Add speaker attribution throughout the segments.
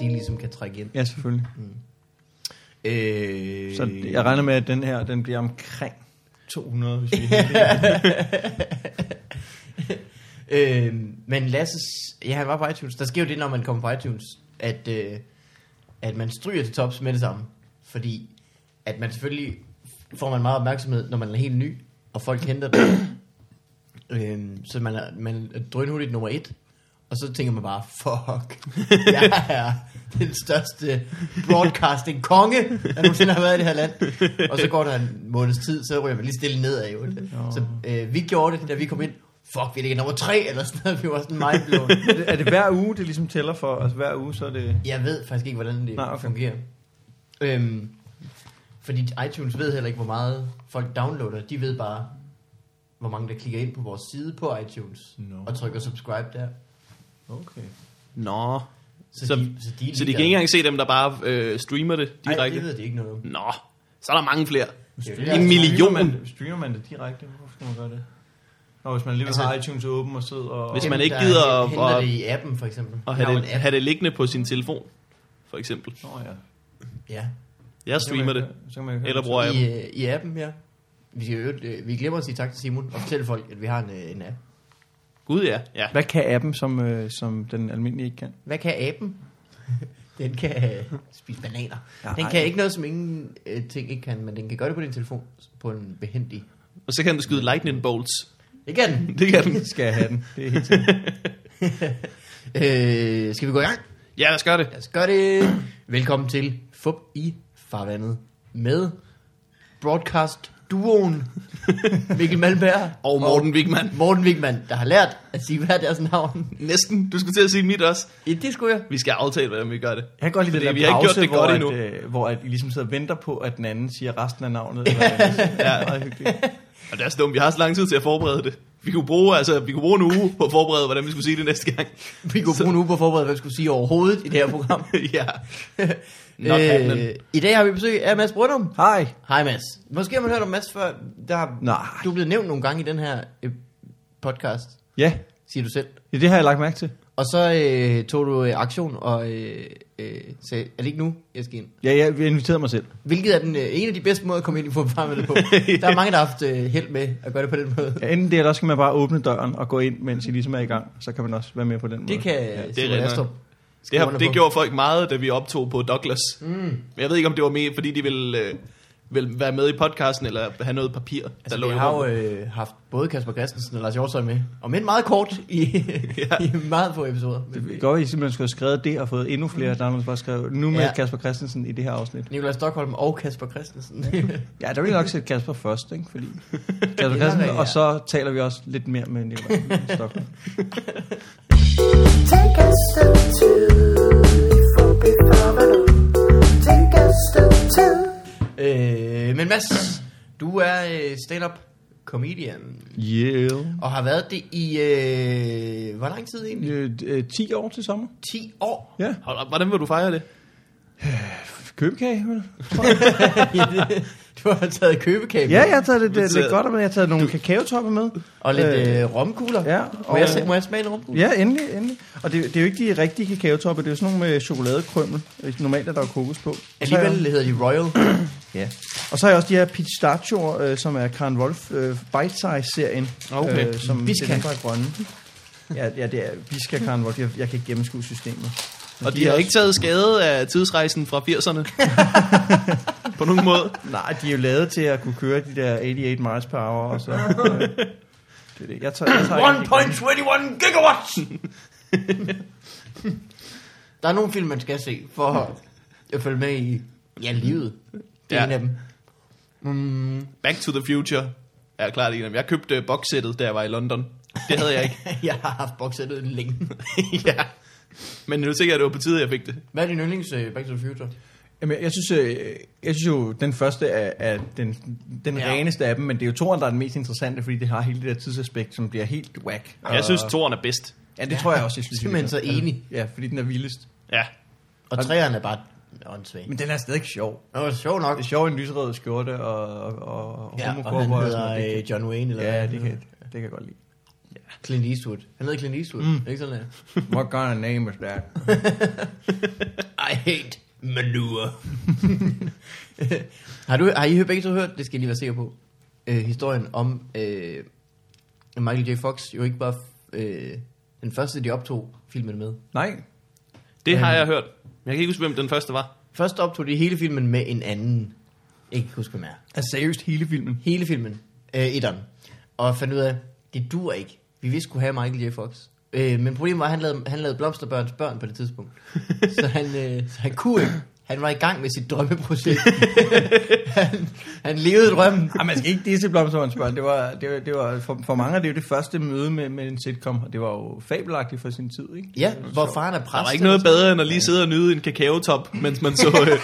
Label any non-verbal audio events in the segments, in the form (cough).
Speaker 1: ligesom
Speaker 2: Ja, selvfølgelig.
Speaker 1: Øh,
Speaker 2: Så jeg regner med, at den her, den bliver omkring 200, hvis vi
Speaker 1: øh, men Lasse, ja, han var på iTunes. Der sker jo det, når man kommer på iTunes, at, øh, at man stryger til tops med det samme. Fordi at man selvfølgelig får man meget opmærksomhed, når man er helt ny, og folk henter det. (clears throat) øh, så man er, man er drønhurtigt nummer et. Og så tænker man bare, fuck, jeg er den største broadcasting-konge, der nogensinde har været i det her land. Og så går der en måneds tid, så ryger man lige stille nedad. Jo. Så øh, vi gjorde det, da vi kom ind. Fuck, vi ligger nummer tre, eller sådan noget. Vi var sådan meget blå.
Speaker 2: (laughs) er, det, er det hver uge, det ligesom tæller for? Altså hver uge, så er det...
Speaker 1: Jeg ved faktisk ikke, hvordan det
Speaker 2: Nej,
Speaker 1: Nej,
Speaker 2: okay.
Speaker 1: okay. fungerer. Øhm, fordi iTunes ved heller ikke, hvor meget folk downloader. De ved bare, hvor mange der klikker ind på vores side på iTunes.
Speaker 2: Nå.
Speaker 1: Og trykker subscribe der.
Speaker 2: Okay.
Speaker 3: Nå.
Speaker 1: Så,
Speaker 3: Så-
Speaker 1: de, så, de, er
Speaker 3: Så de kan
Speaker 1: ligeglade.
Speaker 3: ikke engang se dem, der bare øh, streamer det
Speaker 1: Ej,
Speaker 3: direkte?
Speaker 1: det ved de ikke noget om.
Speaker 3: Nå, så er der mange flere.
Speaker 1: Det er jo
Speaker 2: Streamer-
Speaker 1: det, altså.
Speaker 3: En million.
Speaker 2: Streamer man, det- streamer man det direkte? Hvorfor skal man gøre det? Nå, hvis man alligevel
Speaker 1: Altså-
Speaker 2: har iTunes åben og sidder og...
Speaker 3: Hvis
Speaker 2: og-
Speaker 3: man
Speaker 1: Dem,
Speaker 3: ikke
Speaker 1: der
Speaker 3: gider at-
Speaker 1: henter
Speaker 3: at-
Speaker 1: det i appen, for eksempel. Jeg
Speaker 3: Og
Speaker 1: har
Speaker 3: have
Speaker 1: jo
Speaker 3: det,
Speaker 1: en app.
Speaker 3: have det liggende på sin telefon, for eksempel.
Speaker 2: Nå ja.
Speaker 1: Ja,
Speaker 3: Jeg
Speaker 2: Så
Speaker 3: streamer
Speaker 2: kan
Speaker 3: det,
Speaker 2: man- Så kan man
Speaker 3: eller bruger jeg
Speaker 1: i, øh, i appen, ja. Vi, skal, i øvrigt, øh, vi glemmer at sige tak til Simon og fortælle folk, at vi har en, øh, en app.
Speaker 3: Gud ja, ja.
Speaker 2: Hvad kan appen, som, øh, som den almindelige ikke kan?
Speaker 1: Hvad kan aben? (laughs) Den kan øh, spise bananer.
Speaker 2: Ja,
Speaker 1: Den
Speaker 2: ej.
Speaker 1: kan ikke noget, som ingen øh, ting ikke kan, men den kan gøre det på din telefon på en behendig.
Speaker 3: Og så kan den skyde lightning bolts.
Speaker 1: Det kan
Speaker 2: (laughs)
Speaker 1: den.
Speaker 3: Det kan den.
Speaker 2: Skal jeg have den? Det er helt sikkert.
Speaker 1: (laughs) Øh, skal vi gå i gang?
Speaker 3: Ja, lad os gøre det.
Speaker 1: Lad os gøre det. Velkommen til FUP i farvandet med broadcast duoen Mikkel Malmberg
Speaker 3: Og Morten Wigman. (laughs)
Speaker 1: Morten Wigman, der har lært at sige hver deres navn.
Speaker 3: Næsten. Du skulle til at sige mit også.
Speaker 1: Ja, det skulle jeg.
Speaker 3: Vi skal aftale, hvordan vi gør det.
Speaker 2: Jeg kan godt lide
Speaker 3: Fordi
Speaker 2: det der
Speaker 3: vi har ikke
Speaker 2: pause,
Speaker 3: gjort det
Speaker 2: hvor,
Speaker 3: godt
Speaker 2: at,
Speaker 3: endnu.
Speaker 2: øh, hvor at I ligesom sidder og venter på, at den anden siger resten af (laughs) navnet. Eller, andet. det er meget hyggeligt.
Speaker 3: Og det er så dumt. Vi har så lang tid til at forberede det. Vi kunne bruge, altså, vi kunne bruge en uge på at forberede, hvordan vi skulle sige det næste gang.
Speaker 1: Vi kunne bruge en uge på at forberede, hvad vi skulle sige overhovedet i det her program.
Speaker 3: (laughs) ja.
Speaker 1: (laughs)
Speaker 3: Not happening.
Speaker 1: Øh, I dag har vi besøg af Mads Brøndum.
Speaker 2: Hej.
Speaker 1: Hej Mads. Måske har man hørt om Mads før. Der har,
Speaker 2: Nej.
Speaker 1: Du er blevet nævnt nogle gange i den her øh, podcast,
Speaker 2: Ja,
Speaker 1: siger du selv.
Speaker 2: det, det har jeg lagt mærke til.
Speaker 1: Og så øh, tog du øh, aktion og øh, øh, sagde, er det ikke nu, jeg skal ind?
Speaker 2: Ja, jeg inviterede mig selv.
Speaker 1: Hvilket er den, øh, en af de bedste måder at komme ind i
Speaker 2: (laughs)
Speaker 1: fodboldfarmet på. Der er mange, der har haft øh, held med at gøre det på den måde.
Speaker 2: Ja, enten det, eller også kan man bare åbne døren og gå ind, mens I ligesom er i gang. Så kan man også være med på den måde.
Speaker 1: Det kan ja,
Speaker 3: er
Speaker 1: Simon
Speaker 3: rigtig
Speaker 1: Astrup.
Speaker 3: Det,
Speaker 1: skrive
Speaker 3: har,
Speaker 1: under
Speaker 3: det
Speaker 1: på.
Speaker 3: gjorde folk meget, da vi optog på Douglas. Mm. Men jeg ved ikke, om det var mere, fordi de ville, øh, ville være med i podcasten, eller have noget papir, altså, der
Speaker 1: Altså,
Speaker 3: lå
Speaker 1: vi
Speaker 3: i
Speaker 1: har jo
Speaker 3: hånden.
Speaker 1: øh, haft både Kasper Christensen og Lars Hjortøj med. Og men meget kort i,
Speaker 3: (laughs) Ja.
Speaker 1: ja. i meget få episoder. Men
Speaker 2: Det går, I simpelthen skulle have skrevet det og fået endnu flere, der er nogen, der bare skrev, nu med ja.
Speaker 1: Mm. Ja.
Speaker 2: Kasper Christensen i det her afsnit.
Speaker 1: Nikolaj Stockholm og Kasper Christensen. (laughs)
Speaker 2: Ja, der ville jeg nok sætte Kasper først, ikke? Fordi (laughs) Kasper
Speaker 1: nok
Speaker 2: Christensen,
Speaker 1: rigtigt, ja.
Speaker 2: og så taler vi også lidt mere med Nicolaj Stockholm.
Speaker 4: Take a step to for before Take a step to
Speaker 1: øh, men Mads, du er øh, stand-up comedian.
Speaker 2: Yeah.
Speaker 1: Og har været det i, øh, hvor lang tid egentlig?
Speaker 2: Øh, øh, 10 år til sommer.
Speaker 1: 10
Speaker 2: (laughs)
Speaker 1: år.
Speaker 2: Ja.
Speaker 3: Hold op, hvordan vil du fejre det?
Speaker 2: Købekage, vel?
Speaker 1: Du har taget købekage
Speaker 2: (laughs) Ja,
Speaker 1: med,
Speaker 2: jeg har taget lidt,
Speaker 3: Du
Speaker 2: lidt, lidt
Speaker 3: tager-
Speaker 2: godt med. Jeg har taget nogle kakaotopper med.
Speaker 1: og lidt øh, romkugler.
Speaker 2: ja,
Speaker 1: Må,
Speaker 2: og-
Speaker 1: jeg, se- må jeg smage en romkugle?
Speaker 2: Ja, endelig, endelig. Og det, det er jo ikke de rigtige kakaotopper, det er jo sådan nogle med chokoladekrømmel. Normalt er der jo kokos på. Og så har jeg-
Speaker 1: Alligevel hedder de
Speaker 2: (clears throat)
Speaker 1: Royal.
Speaker 2: Ja. Og så har jeg også de her pistachioer, øh, som er Karen Wolf øh, Bite Size-serien.
Speaker 3: Okay.
Speaker 2: som
Speaker 1: Bisca.
Speaker 2: Det er grønne. Ja, ja, det er Biska Karen Wolf. Jeg, jeg kan ikke gennemskue systemet. Men
Speaker 3: Og de, de har
Speaker 2: er
Speaker 3: ikke taget skade af tidsrejsen fra
Speaker 1: (laughs)
Speaker 3: 80'erne. på nogen måde.
Speaker 2: også- Nej, de er jo lavet til at kunne køre de der 88 miles per hour. Og så, øh, det er det. Jeg tager, jeg tager ikke de grønne.
Speaker 1: 1.21 gigawatts! der er nogle film, man skal se for at følge med i ja, livet. Det er
Speaker 3: Ja.
Speaker 1: ja. en af dem. Mm,
Speaker 3: Back to the Future er klart en af dem. Jeg købte øh, boxsættet, da jeg var i London. Det havde jeg ikke.
Speaker 1: (laughs) jeg har haft bokset ud
Speaker 2: (laughs)
Speaker 1: længe.
Speaker 3: ja. Men nu tænker jeg, at det var på tide, jeg fik det.
Speaker 1: Hvad er din yndlings uh, Back to the Future?
Speaker 2: Jamen, jeg synes, øh, jeg synes jo, den første er, er den, den
Speaker 1: Ja.
Speaker 2: ja. reneste af dem, men det er jo toren, der er den mest interessante, fordi det har hele det der tidsaspekt, som bliver helt whack.
Speaker 1: Ah.
Speaker 3: Jeg synes, toren er bedst.
Speaker 2: Ja, det tror jeg også, jeg synes.
Speaker 1: Simpelthen
Speaker 2: jeg-
Speaker 1: så enig.
Speaker 2: Ja, fordi den er vildest.
Speaker 3: Ja.
Speaker 1: Og træerne er bare åndssvagt.
Speaker 2: Men den er stadig sjov.
Speaker 1: Det var sjovt nok.
Speaker 2: Det er sjovt, en lysrød skjorte og, og, og
Speaker 1: Ja, og
Speaker 2: homokopper
Speaker 1: han
Speaker 2: og
Speaker 1: hedder
Speaker 2: sådan noget.
Speaker 1: øh, John Wayne, eller
Speaker 2: Ja,
Speaker 1: hvad?
Speaker 2: det kan, det kan jeg godt lide.
Speaker 1: Clint Eastwood. øh? Han hedder Clint Eastwood, mm. ikke sådan der?
Speaker 2: What kind of name is that?
Speaker 1: I hate manure. (laughs) har, du, har I begge to hørt, det skal jeg lige være sikker på, øh, historien om øh, Michael J. Fox, jo ikke bare øh, den første, de optog filmen med.
Speaker 2: Nej.
Speaker 3: Det har
Speaker 1: Øhm.
Speaker 3: jeg hørt. Men jeg kan ikke huske, hvem den første var.
Speaker 1: Først optog de hele filmen med en anden. Jeg kan ikke huske, hvem er.
Speaker 2: Altså seriøst hele filmen.
Speaker 1: Hele filmen. Øh, etteren. Og fandt ud af, det dur ikke. Vi vidste skulle have Michael J. Fox. Øh, men problemet var, at han lavede, han lavede blomsterbørns børn på det
Speaker 3: (laughs)
Speaker 1: tidspunkt. så, han, øh, så han kunne ikke. Han var i gang med sit
Speaker 3: (laughs)
Speaker 1: drømmeprojekt. han, han levede drømmen.
Speaker 2: Ej, man skal ikke disse blomsterhåndsbørn. Det var, det var, det var for, for mange er det jo det første møde med, med en sitcom, og det var jo fabelagtigt for sin tid, ikke?
Speaker 1: Ja, hvor faren er præst.
Speaker 3: Der var ikke noget bedre, end at lige sidde og nyde en kakaotop, mens man så øh,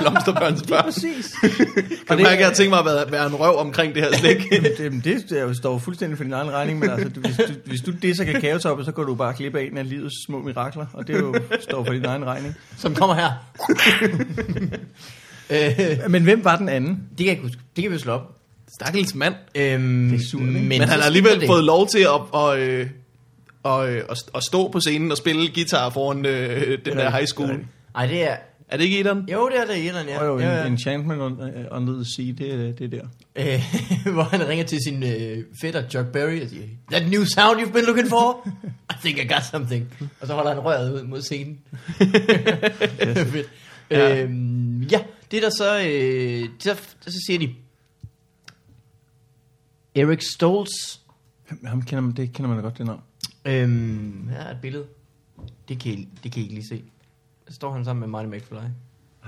Speaker 3: blomsterbørns børn.
Speaker 2: Præcis.
Speaker 3: Kan det, mærke, at jeg har tænkt mig at være, være en røv omkring det her slik.
Speaker 2: Jamen, det, men det er jo- står jo fuldstændig for din egen regning, men altså, du, hvis, du, hvis du disser kakaotoppen, så går du bare klippe af en af livets små mirakler, og det er jo står for din egen regning.
Speaker 1: Som kommer her. (laughs) øh,
Speaker 2: Men hvem var den anden?
Speaker 1: det kan jeg ikke huske. Det kan vi slå op.
Speaker 3: Stakkels mand.
Speaker 1: Øhm,
Speaker 2: er surt, ikke?
Speaker 3: Men, men
Speaker 1: så
Speaker 3: han
Speaker 1: skete
Speaker 3: har alligevel
Speaker 1: det.
Speaker 3: fået lov til at, og, øh, og, øh, at, at stå på scenen og spille guitar foran øh, den der high school.
Speaker 2: Det er rigtigt.
Speaker 1: Ej, det er...
Speaker 3: Er det ikke Edan?
Speaker 1: Jo, det er det, Irland, ja.
Speaker 2: Ja, jo,
Speaker 1: ja, ja.
Speaker 2: en, Enchantment on, under the Sea, det, er- det er der.
Speaker 1: Øh, (laughs) hvor han ringer til sin øh, fætter Chuck Berry og siger, That new sound you've been looking for? I think I got something. Og så holder han røret ud mod scenen. Fedt. Ja. Øhm, ja, det der så, øh, det der, så siger de, Eric Stoltz,
Speaker 2: Ham- Ham kender man, det kender man da godt, det navn.
Speaker 1: øhm, her er et billede, det kan, I, det kan I ikke lige se. Der står han sammen med Marty McFly.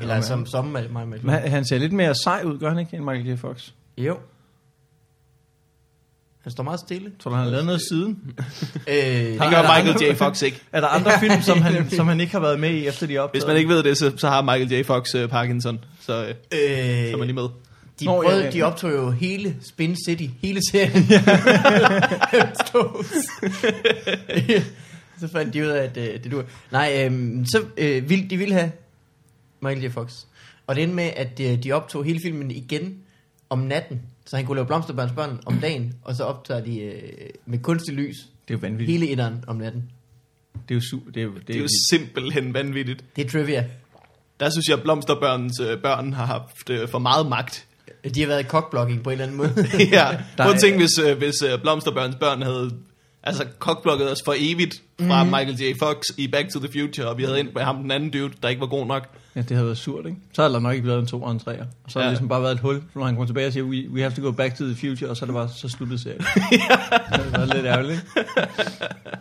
Speaker 1: Eller
Speaker 2: mand.
Speaker 1: som, som Marty
Speaker 2: Men
Speaker 1: McFly.
Speaker 2: han, han ser lidt mere sej ud, gør han ikke, end Michael J. Fox?
Speaker 1: Jo. Han står meget stille.
Speaker 2: Tror du, han har lavet noget siden?
Speaker 1: Øh,
Speaker 3: Det
Speaker 2: Er der
Speaker 3: gør Michael
Speaker 2: andre-
Speaker 3: J. Fox ikke.
Speaker 2: Er der andre film, som han, som han ikke har været med i, efter de opdagede?
Speaker 3: Hvis man ikke ved det, så, så har Michael J. Fox øh, Parkinson, så, øh,
Speaker 1: øh,
Speaker 3: så er man lige med.
Speaker 1: De,
Speaker 2: Nå,
Speaker 1: Nå, prøvede,
Speaker 2: ja, ja.
Speaker 1: de optog jo hele Spin City, hele serien. Stones. (laughs) så fandt de ud af, at øh, det dur. Nej, øhm, så øh, ville, de ville have Michael J. Fox. Og det endte med, at øh, de optog hele filmen igen om natten, så han kunne lave Blomsterbørns børn om dagen, og så optager de øh, med kunstig lys
Speaker 2: Det er jo vanvittigt.
Speaker 1: hele etteren om natten.
Speaker 2: Det er jo super. Det er jo, det er
Speaker 3: Det er jo simpelthen vanvittigt.
Speaker 1: Det er trivia.
Speaker 3: Der synes jeg, at blomsterbørns øh, børn har haft øh, for meget magt.
Speaker 1: De har været i cockblocking på en eller anden måde.
Speaker 3: (laughs) ja. Prøv
Speaker 2: er-
Speaker 3: at tænke, hvis, øh, hvis øh, blomsterbørns børn havde altså, kokblokket os for evigt fra
Speaker 1: Mhm.
Speaker 3: mm. Michael J. Fox i Back to the Future, og vi havde ind med ham den anden dude, der ikke var god nok.
Speaker 2: Ja, det havde været surt, ikke? Så havde der nok ikke været en to og en treer. Og så havde
Speaker 3: Ja.
Speaker 2: det ligesom bare været et hul, når han kom tilbage og siger, we, we have to go back to the future, og så, er det bare, så sluttede serien. så havde det været lidt ærgerligt, ikke?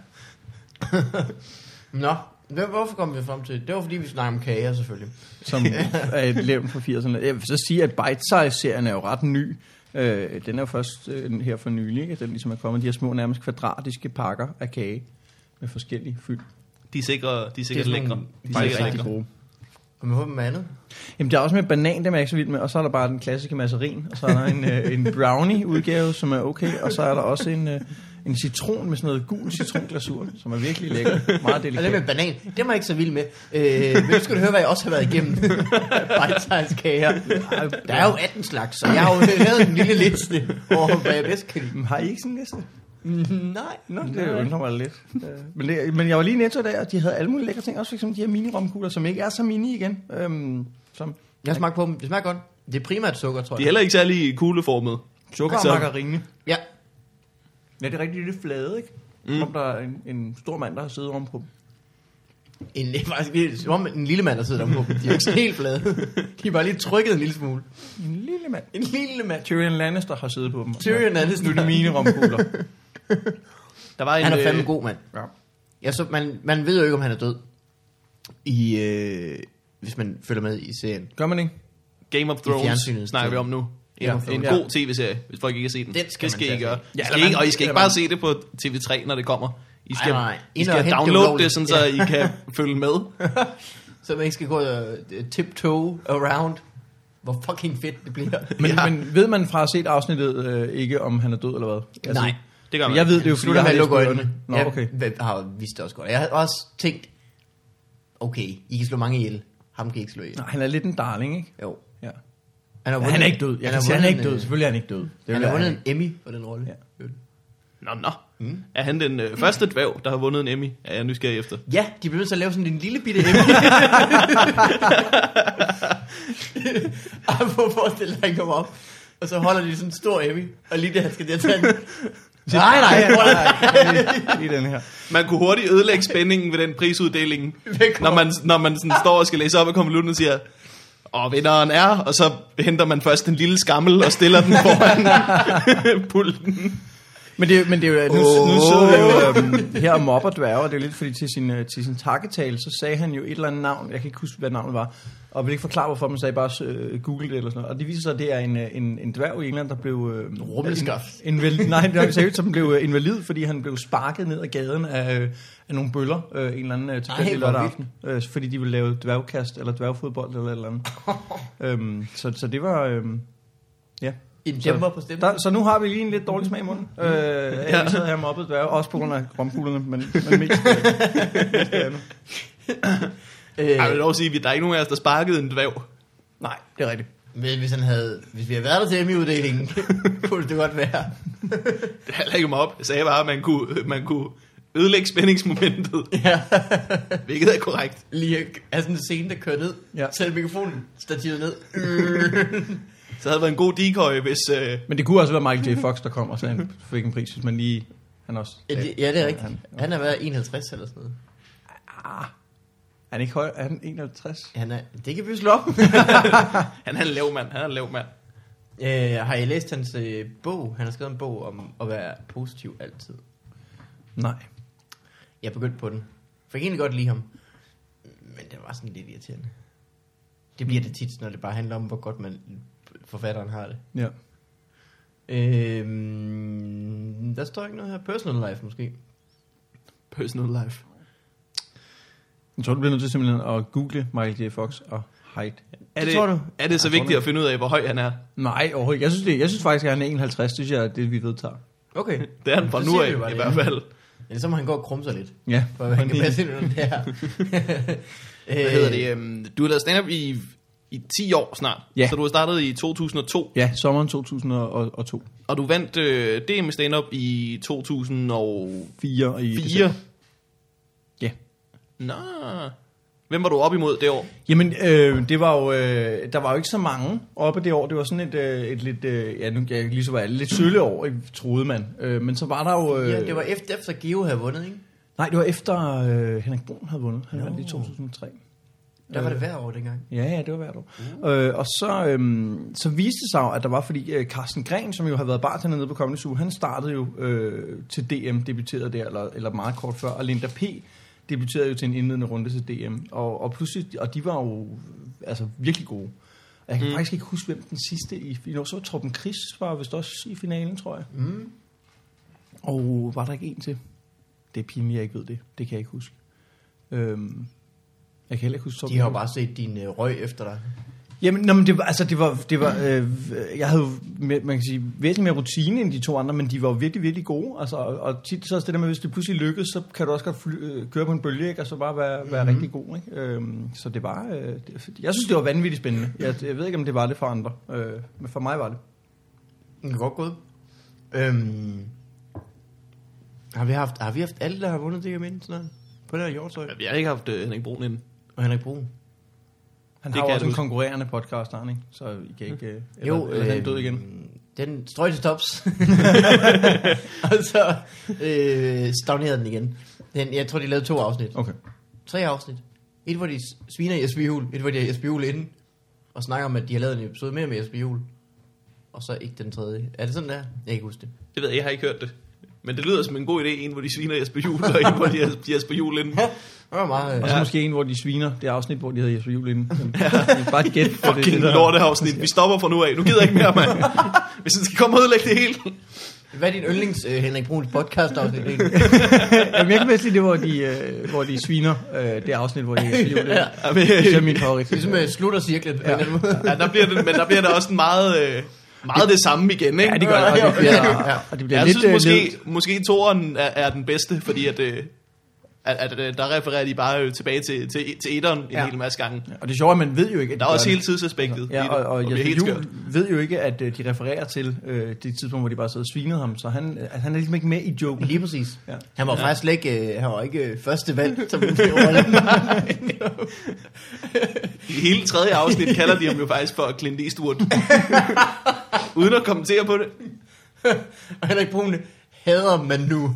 Speaker 1: Nå, hvem- hvorfor kom vi frem til det? Det var fordi, vi snakker om kager selvfølgelig.
Speaker 2: Som er et levn fra 80'erne. Jeg vil så sige, at Bite Size-serien er jo ret ny. Øh, den er jo først øh, her for nylig, ikke? Den ligesom er kommet. De her små, nærmest kvadratiske pakker af kage med forskellige fyld.
Speaker 3: De er sikre, de er sikkert
Speaker 1: sådan
Speaker 3: lækre.
Speaker 1: nogle-
Speaker 3: De
Speaker 2: De
Speaker 3: er
Speaker 2: er
Speaker 3: sikkert
Speaker 2: rigtig
Speaker 3: lækre.
Speaker 2: gode.
Speaker 1: Og man håber med andet.
Speaker 2: Jamen, der er også med banan, dem er jeg ikke så vild med, og så er der bare den klassiske masserin, og så er der en, øh, en brownie-udgave, som er okay, og så er der også en, øh, en citron med sådan noget gul citronglasur, som er virkelig lækker. Meget
Speaker 1: Og det
Speaker 2: delikat.
Speaker 1: med banan, det er jeg ikke så vild med. Øh, men nu skal du høre, hvad jeg også har været igennem. (laughs) Bite-size kager. Der er jo 18 slags, så jeg har jo lavet en lille liste over, hvad jeg bedst kan lide.
Speaker 2: Men Har I ikke sådan en liste?
Speaker 1: Nej.
Speaker 2: Nå, det undrer mig lidt. Øh, Men, det, men jeg var lige i netto i dag, og de havde alle mulige lækre ting, også for eksempel de her mini-romkugler, som ikke er så mini igen. Øhm, som
Speaker 1: Jeg smagte på dem. Det smager godt. Det er primært sukker, tror
Speaker 3: De er
Speaker 1: jeg.
Speaker 3: heller ikke særlig kugleformede.
Speaker 2: sukker og
Speaker 3: Så-
Speaker 2: margarine.
Speaker 1: Ja.
Speaker 2: Ja, det er rigtig lidt flade, ikke? Mm. Om der er en, en stor mand, der har siddet ovenpå dem.
Speaker 1: En, det er faktisk lidt, som om en lille mand, der sidder der på. De er jo ikke sådan helt flade. De er bare lige trykket en lille smule.
Speaker 2: En lille mand.
Speaker 1: En lille mand.
Speaker 2: Tyrion Lannister har siddet på dem.
Speaker 1: Tyrion Lannister.
Speaker 2: Nu er det mine romkugler.
Speaker 3: Der var en,
Speaker 1: Han er
Speaker 3: øh,
Speaker 1: fandme god, mand.
Speaker 2: Ja.
Speaker 1: Ja, så man, man ved jo ikke, om han er død. I, øh, hvis man følger med i serien.
Speaker 2: Gør man ikke?
Speaker 3: Game of
Speaker 1: fjernsynet.
Speaker 3: Thrones snakker vi om nu. En,
Speaker 1: Game of
Speaker 3: ja, en
Speaker 1: Thrones.
Speaker 3: god tv-serie, hvis folk ikke har set den.
Speaker 1: Den skal
Speaker 3: det
Speaker 1: man
Speaker 3: skal
Speaker 1: tage
Speaker 3: I
Speaker 1: sig
Speaker 3: gøre.
Speaker 1: af.
Speaker 3: Ja,
Speaker 2: Ja,
Speaker 3: skal
Speaker 2: eller
Speaker 3: ikke, og
Speaker 2: man-
Speaker 3: I skal ikke
Speaker 2: eller
Speaker 3: bare
Speaker 2: man-
Speaker 3: se det på TV3, når det kommer. I skal,
Speaker 1: Nej, nej, nej.
Speaker 3: I
Speaker 1: Ind og
Speaker 3: skal
Speaker 1: hente det
Speaker 3: downloade
Speaker 1: ulovligt.
Speaker 3: det, sådan, så
Speaker 1: Ja.
Speaker 3: I kan følge med.
Speaker 1: Så man ikke skal gå og øh, tiptoe around, hvor fucking fedt det bliver.
Speaker 2: Men, ja.
Speaker 3: Ja.
Speaker 2: men ved man fra at have set afsnittet øh, ikke, om han er død eller hvad?
Speaker 1: Nej.
Speaker 3: Det gør man.
Speaker 2: Jeg ved det jo, fordi
Speaker 1: Slutter
Speaker 2: jeg
Speaker 1: med at
Speaker 2: har læst
Speaker 1: lukke
Speaker 2: bøgerne.
Speaker 1: øjnene.
Speaker 2: Nå, okay.
Speaker 1: Jeg ved- har vidst det også godt. Jeg havde også tænkt, okay, I kan slå mange ihjel. Ham kan I ikke slå ihjel.
Speaker 2: Nå, han er lidt en darling, ikke?
Speaker 1: Jo.
Speaker 2: Ja.
Speaker 1: Han, har
Speaker 2: Han
Speaker 1: vundet-
Speaker 2: er ikke død. Jeg han, kan sige, han er
Speaker 1: vundet
Speaker 2: ikke
Speaker 1: en,
Speaker 2: død.
Speaker 1: øh,
Speaker 2: Selvfølgelig er (laughs) han ikke død. Det
Speaker 1: Han
Speaker 2: vil
Speaker 1: har
Speaker 2: jeg
Speaker 1: vundet
Speaker 2: ikke.
Speaker 1: en Emmy for den rolle.
Speaker 2: Ja.
Speaker 1: Ja.
Speaker 3: Nå, nå. Mm. Er han den øh, første dværg, der har vundet en Emmy? Er jeg nysgerrig efter.
Speaker 1: Ja, de blev nødt til at lave sådan en lille bitte
Speaker 2: (laughs)
Speaker 1: emne. Ej, hvor forestiller han kommer op. Og så holder de sådan en stor Emmy, og lige det, han skal til at tage den. Nej, nej, nej, nej.
Speaker 2: i den her.
Speaker 3: Man kunne hurtigt ødelægge spændingen ved den prisuddeling, (laughs)
Speaker 1: Velkommen.
Speaker 3: når man, når man sådan står og skal læse op og konvolutten og siger, og vinderen er, og så henter man først den lille skammel og stiller den foran (laughs) pulten.
Speaker 2: Men det, men det er jo, nu, oh. nu sidder vi jo øhm, her og mobber dværge, og det er jo lidt fordi til sin, øh, til sin takketale, så sagde han jo et eller andet navn, jeg kan ikke huske, hvad navnet var, og vil ikke forklare, hvorfor man sagde bare øh, Google det eller sådan noget. Og det viser sig, at det er en, øh, en, en dværg i England, der blev... Øh,
Speaker 1: Rummelskaft.
Speaker 2: En, inval- nej, det er nok seriøst, som blev øh, invalid, fordi han blev sparket ned ad gaden af, øh, af nogle bøller øh, en eller anden øh, tilfældig
Speaker 1: hvor
Speaker 2: lørdag
Speaker 1: vildt.
Speaker 2: aften, øh, fordi de ville lave dværgkast eller dværgfodbold eller et eller
Speaker 1: (laughs)
Speaker 2: andet. øhm, så, så det var... Øh, ja,
Speaker 1: En dæmper på stemmen.
Speaker 2: der, så nu har vi lige en lidt dårlig smag i munden. Øh, ja. Vi sidder her med oppe dværge, også på grund af romkuglerne, men, men mest, øh, mest af andet.
Speaker 1: Øh,
Speaker 3: Jeg vil dog sige, at der er ikke nogen af os, der sparkede en dværg.
Speaker 2: Nej, det er rigtigt.
Speaker 1: men hvis, han havde, hvis vi havde været der til
Speaker 3: (laughs)
Speaker 1: Emmy-uddelingen, kunne det godt være.
Speaker 3: Det er heller ikke mig op. Jeg sagde bare, at man kunne, øh, man kunne ødelægge spændingsmomentet,
Speaker 1: Ja.
Speaker 3: (laughs) hvilket er korrekt.
Speaker 1: Lige at have sådan en scene, der kører ned.
Speaker 2: Ja.
Speaker 1: Ja. Sæt mikrofonen, stativet
Speaker 3: (laughs)
Speaker 1: ned.
Speaker 3: Så havde det været en god decoy, hvis... Øh,
Speaker 2: Men det kunne også være Michael J. Fox, der kom og så han fik en pris, hvis man lige... Han også...
Speaker 1: Ja, det, ja, det er rigtigt.
Speaker 2: Han,
Speaker 1: Han har været 51 eller sådan noget.
Speaker 2: er han ikke høj? Er han 51?
Speaker 1: Han er, det kan vi jo slå op.
Speaker 3: (laughs) han er en lav mand, han er en lav mand.
Speaker 1: Øh, har I læst hans øh, bog? Han har skrevet en bog om at være positiv altid.
Speaker 2: Nej.
Speaker 1: Jeg begyndte på den. For jeg kan egentlig godt lide ham. Men det var sådan lidt irriterende. Det bliver det tit, når det bare handler om, hvor godt man forfatteren har det.
Speaker 2: Ja.
Speaker 1: Øhm, der står ikke noget her. Personal life måske.
Speaker 3: Personal life.
Speaker 2: Jeg tror, du bliver nødt til simpelthen at google Michael J. Fox og height.
Speaker 3: Er
Speaker 1: Det
Speaker 3: det,
Speaker 1: tror du?
Speaker 3: Er det så
Speaker 2: Jeg tror
Speaker 3: vigtigt
Speaker 2: det.
Speaker 3: at finde ud af, hvor høj han er?
Speaker 2: Nej, overhovedet ikke. Jeg synes, det, jeg synes faktisk, at han er 51. Det synes jeg, er det, vi vedtager.
Speaker 1: Okay.
Speaker 3: (laughs) Det er han fra
Speaker 1: Så
Speaker 3: nu
Speaker 1: siger
Speaker 3: af,
Speaker 1: vi bare
Speaker 3: i
Speaker 1: det.
Speaker 3: hvert fald.
Speaker 1: Eller så må han gå og krumme sig lidt.
Speaker 2: Ja.
Speaker 1: For at han kan
Speaker 2: Fordi-
Speaker 1: passe ind under det her.
Speaker 3: (laughs) Hvad hedder det? øhm, Du har lavet stand-up i, i 10 år snart.
Speaker 2: Ja.
Speaker 3: Så du har startet i 2002,
Speaker 2: Ja, sommeren 2002.
Speaker 3: og du vandt øh, DM stand-up i 2004.
Speaker 2: 4 i december. Ja.
Speaker 3: Nå. Hvem var du op imod det år?
Speaker 2: Jamen, øh, det var jo, øh, der var jo ikke så mange oppe det år. Det var sådan et, øh, et lidt, øh, ja, nu kan jeg ikke lige så være lidt sølle år, ikke, troede man. Øh, men så var der jo... Øh,
Speaker 1: Ja, det var efter, efter Geo havde vundet, ikke?
Speaker 2: Nej, det var efter øh, Henrik Brun havde vundet. Han
Speaker 1: Nå.
Speaker 2: vandt i 2003.
Speaker 1: Der var det hver år dengang.
Speaker 2: Ja, ja, det var hvert år. Mm. Øh, og så, øhm, så viste det sig jo, at der var, fordi øh, Carsten Gren, som jo havde været bartender nede på Comedy Zoo, han startede jo øh, til DM, debuterede der, eller, eller meget kort før, og Linda P. debuterede jo til en indledende runde til DM. Og, og pludselig, og de var jo øh, altså virkelig gode. Og jeg kan mm. faktisk ikke huske, hvem den sidste i finalen. Så var Torben Chris var vist også i finalen, tror jeg. Mm. Og var der ikke en til? Det er pinligt, jeg ikke ved det. Det kan jeg ikke huske. Øhm, jeg kan heller ikke huske Torben
Speaker 1: De har jo
Speaker 2: Chris.
Speaker 1: bare set din øh, røg efter dig.
Speaker 2: Jamen, nå, men det var, altså, det var, det var øh, jeg havde jo, med- man kan sige, væsentligt mere rutine end de to andre, men de var jo virkelig, virkelig gode. Altså, og, og tit så også det der med, hvis det pludselig lykkes, så kan du også godt fly, øh, køre på en bølge, ikke? og så bare være,
Speaker 3: Mhm.
Speaker 2: være mm-hmm. rigtig god. Ikke? Øhm, så det var, øh, det, jeg synes, det var vanvittigt spændende. Jeg, jeg ved ikke, om det var det for andre, øh, men for mig var det.
Speaker 1: Den kan godt gået. Øhm, har, vi haft, har vi haft alle, der har vundet det, jeg mener, sådan noget? På det her jordtøj?
Speaker 3: Jeg har ikke haft øh, Henrik Brun inden.
Speaker 1: Og Henrik Brun.
Speaker 2: Han
Speaker 3: Det
Speaker 2: det har
Speaker 3: kan
Speaker 2: jo
Speaker 3: jeg
Speaker 2: også en
Speaker 3: huske.
Speaker 2: konkurrerende podcast, har han, ikke? så I kan ikke... Øh, eller, eller han er død igen.
Speaker 1: øhm, Den strøg til
Speaker 2: (laughs)
Speaker 1: tops. og så øh, stagnerede den igen. Den, jeg tror, de lavede to afsnit.
Speaker 2: Okay.
Speaker 1: Tre afsnit. Et, hvor de s- sviner Jesper Juhl. Et, hvor de har Jesper Juhl inden. Og snakker om, at de har lavet en episode mere med Jesper Juhl. Og så ikke den tredje. Er det sådan der? Jeg kan ikke huske det.
Speaker 3: Det ved jeg, jeg har ikke hørt det. Men det lyder som en god idé, en hvor de sviner Jesper Juhl, og en hvor de har Jesper Juhl (laughs) inden.
Speaker 1: Det var meget...
Speaker 2: Og
Speaker 1: Øh,
Speaker 2: så
Speaker 3: Ja.
Speaker 2: måske en, hvor de sviner. Det er afsnit, hvor de hedder Jesper Juhl
Speaker 3: (laughs)
Speaker 2: inden. Men- Bare et gæt. for det er
Speaker 3: Fucking
Speaker 2: det, der-
Speaker 3: lorteafsnit. Vi stopper fra nu af. Nu gider jeg ikke mere, (laughs) mand. Hvis han skal komme og ødelægge det hele.
Speaker 1: hvad er din yndlings øh, Henrik Bruns podcast afsnit egentlig?
Speaker 2: Jamen, jeg kan bedst lide det, hvor de, øh, hvor de sviner. Øh, det afsnit,
Speaker 3: (laughs)
Speaker 2: hvor de sviner. Det, er-
Speaker 3: Ja, men,
Speaker 2: det er min favorit.
Speaker 1: Ligesom øh, slutter cirklen på ja. en eller anden måde.
Speaker 3: ja, der bliver det, men der bliver der også en meget, øh, meget det samme igen, ikke?
Speaker 2: Ja, det gør det. Og det bliver, og det bliver
Speaker 3: Jeg
Speaker 2: lidt...
Speaker 3: synes
Speaker 2: øh,
Speaker 3: måske,
Speaker 2: lidt-
Speaker 3: måske toren er, er den bedste, fordi at, øh, At, at, at der refererer de bare øh, tilbage til, til, til etteren en
Speaker 2: Ja.
Speaker 3: hel masse gange.
Speaker 2: Og det er sjovt, at man ved jo ikke, at
Speaker 3: Der er
Speaker 2: de
Speaker 3: også
Speaker 2: gør
Speaker 3: hele
Speaker 2: det.
Speaker 3: tidsaspektet. i
Speaker 2: Ja,
Speaker 3: det,
Speaker 2: og, og
Speaker 3: bliver
Speaker 2: Jesper
Speaker 3: helt skørt.
Speaker 2: Juhl ved jo ikke, at øh, de refererer til øh, det tidspunkt, hvor de bare sad og svinede ham, så han, øh, han er ligesom ikke med i
Speaker 3: (laughs)
Speaker 2: joken.
Speaker 1: Lige præcis.
Speaker 2: Ja.
Speaker 1: Ja. Han var ja. faktisk slet ikke, øh, han var ikke øh, første valg, som det (laughs) var.
Speaker 3: I hele tredje afsnit kalder de ham jo faktisk for
Speaker 2: (laughs)
Speaker 3: Clint Eastwood. Uden at kommentere på det.
Speaker 1: Og Henrik Brune hader man nu.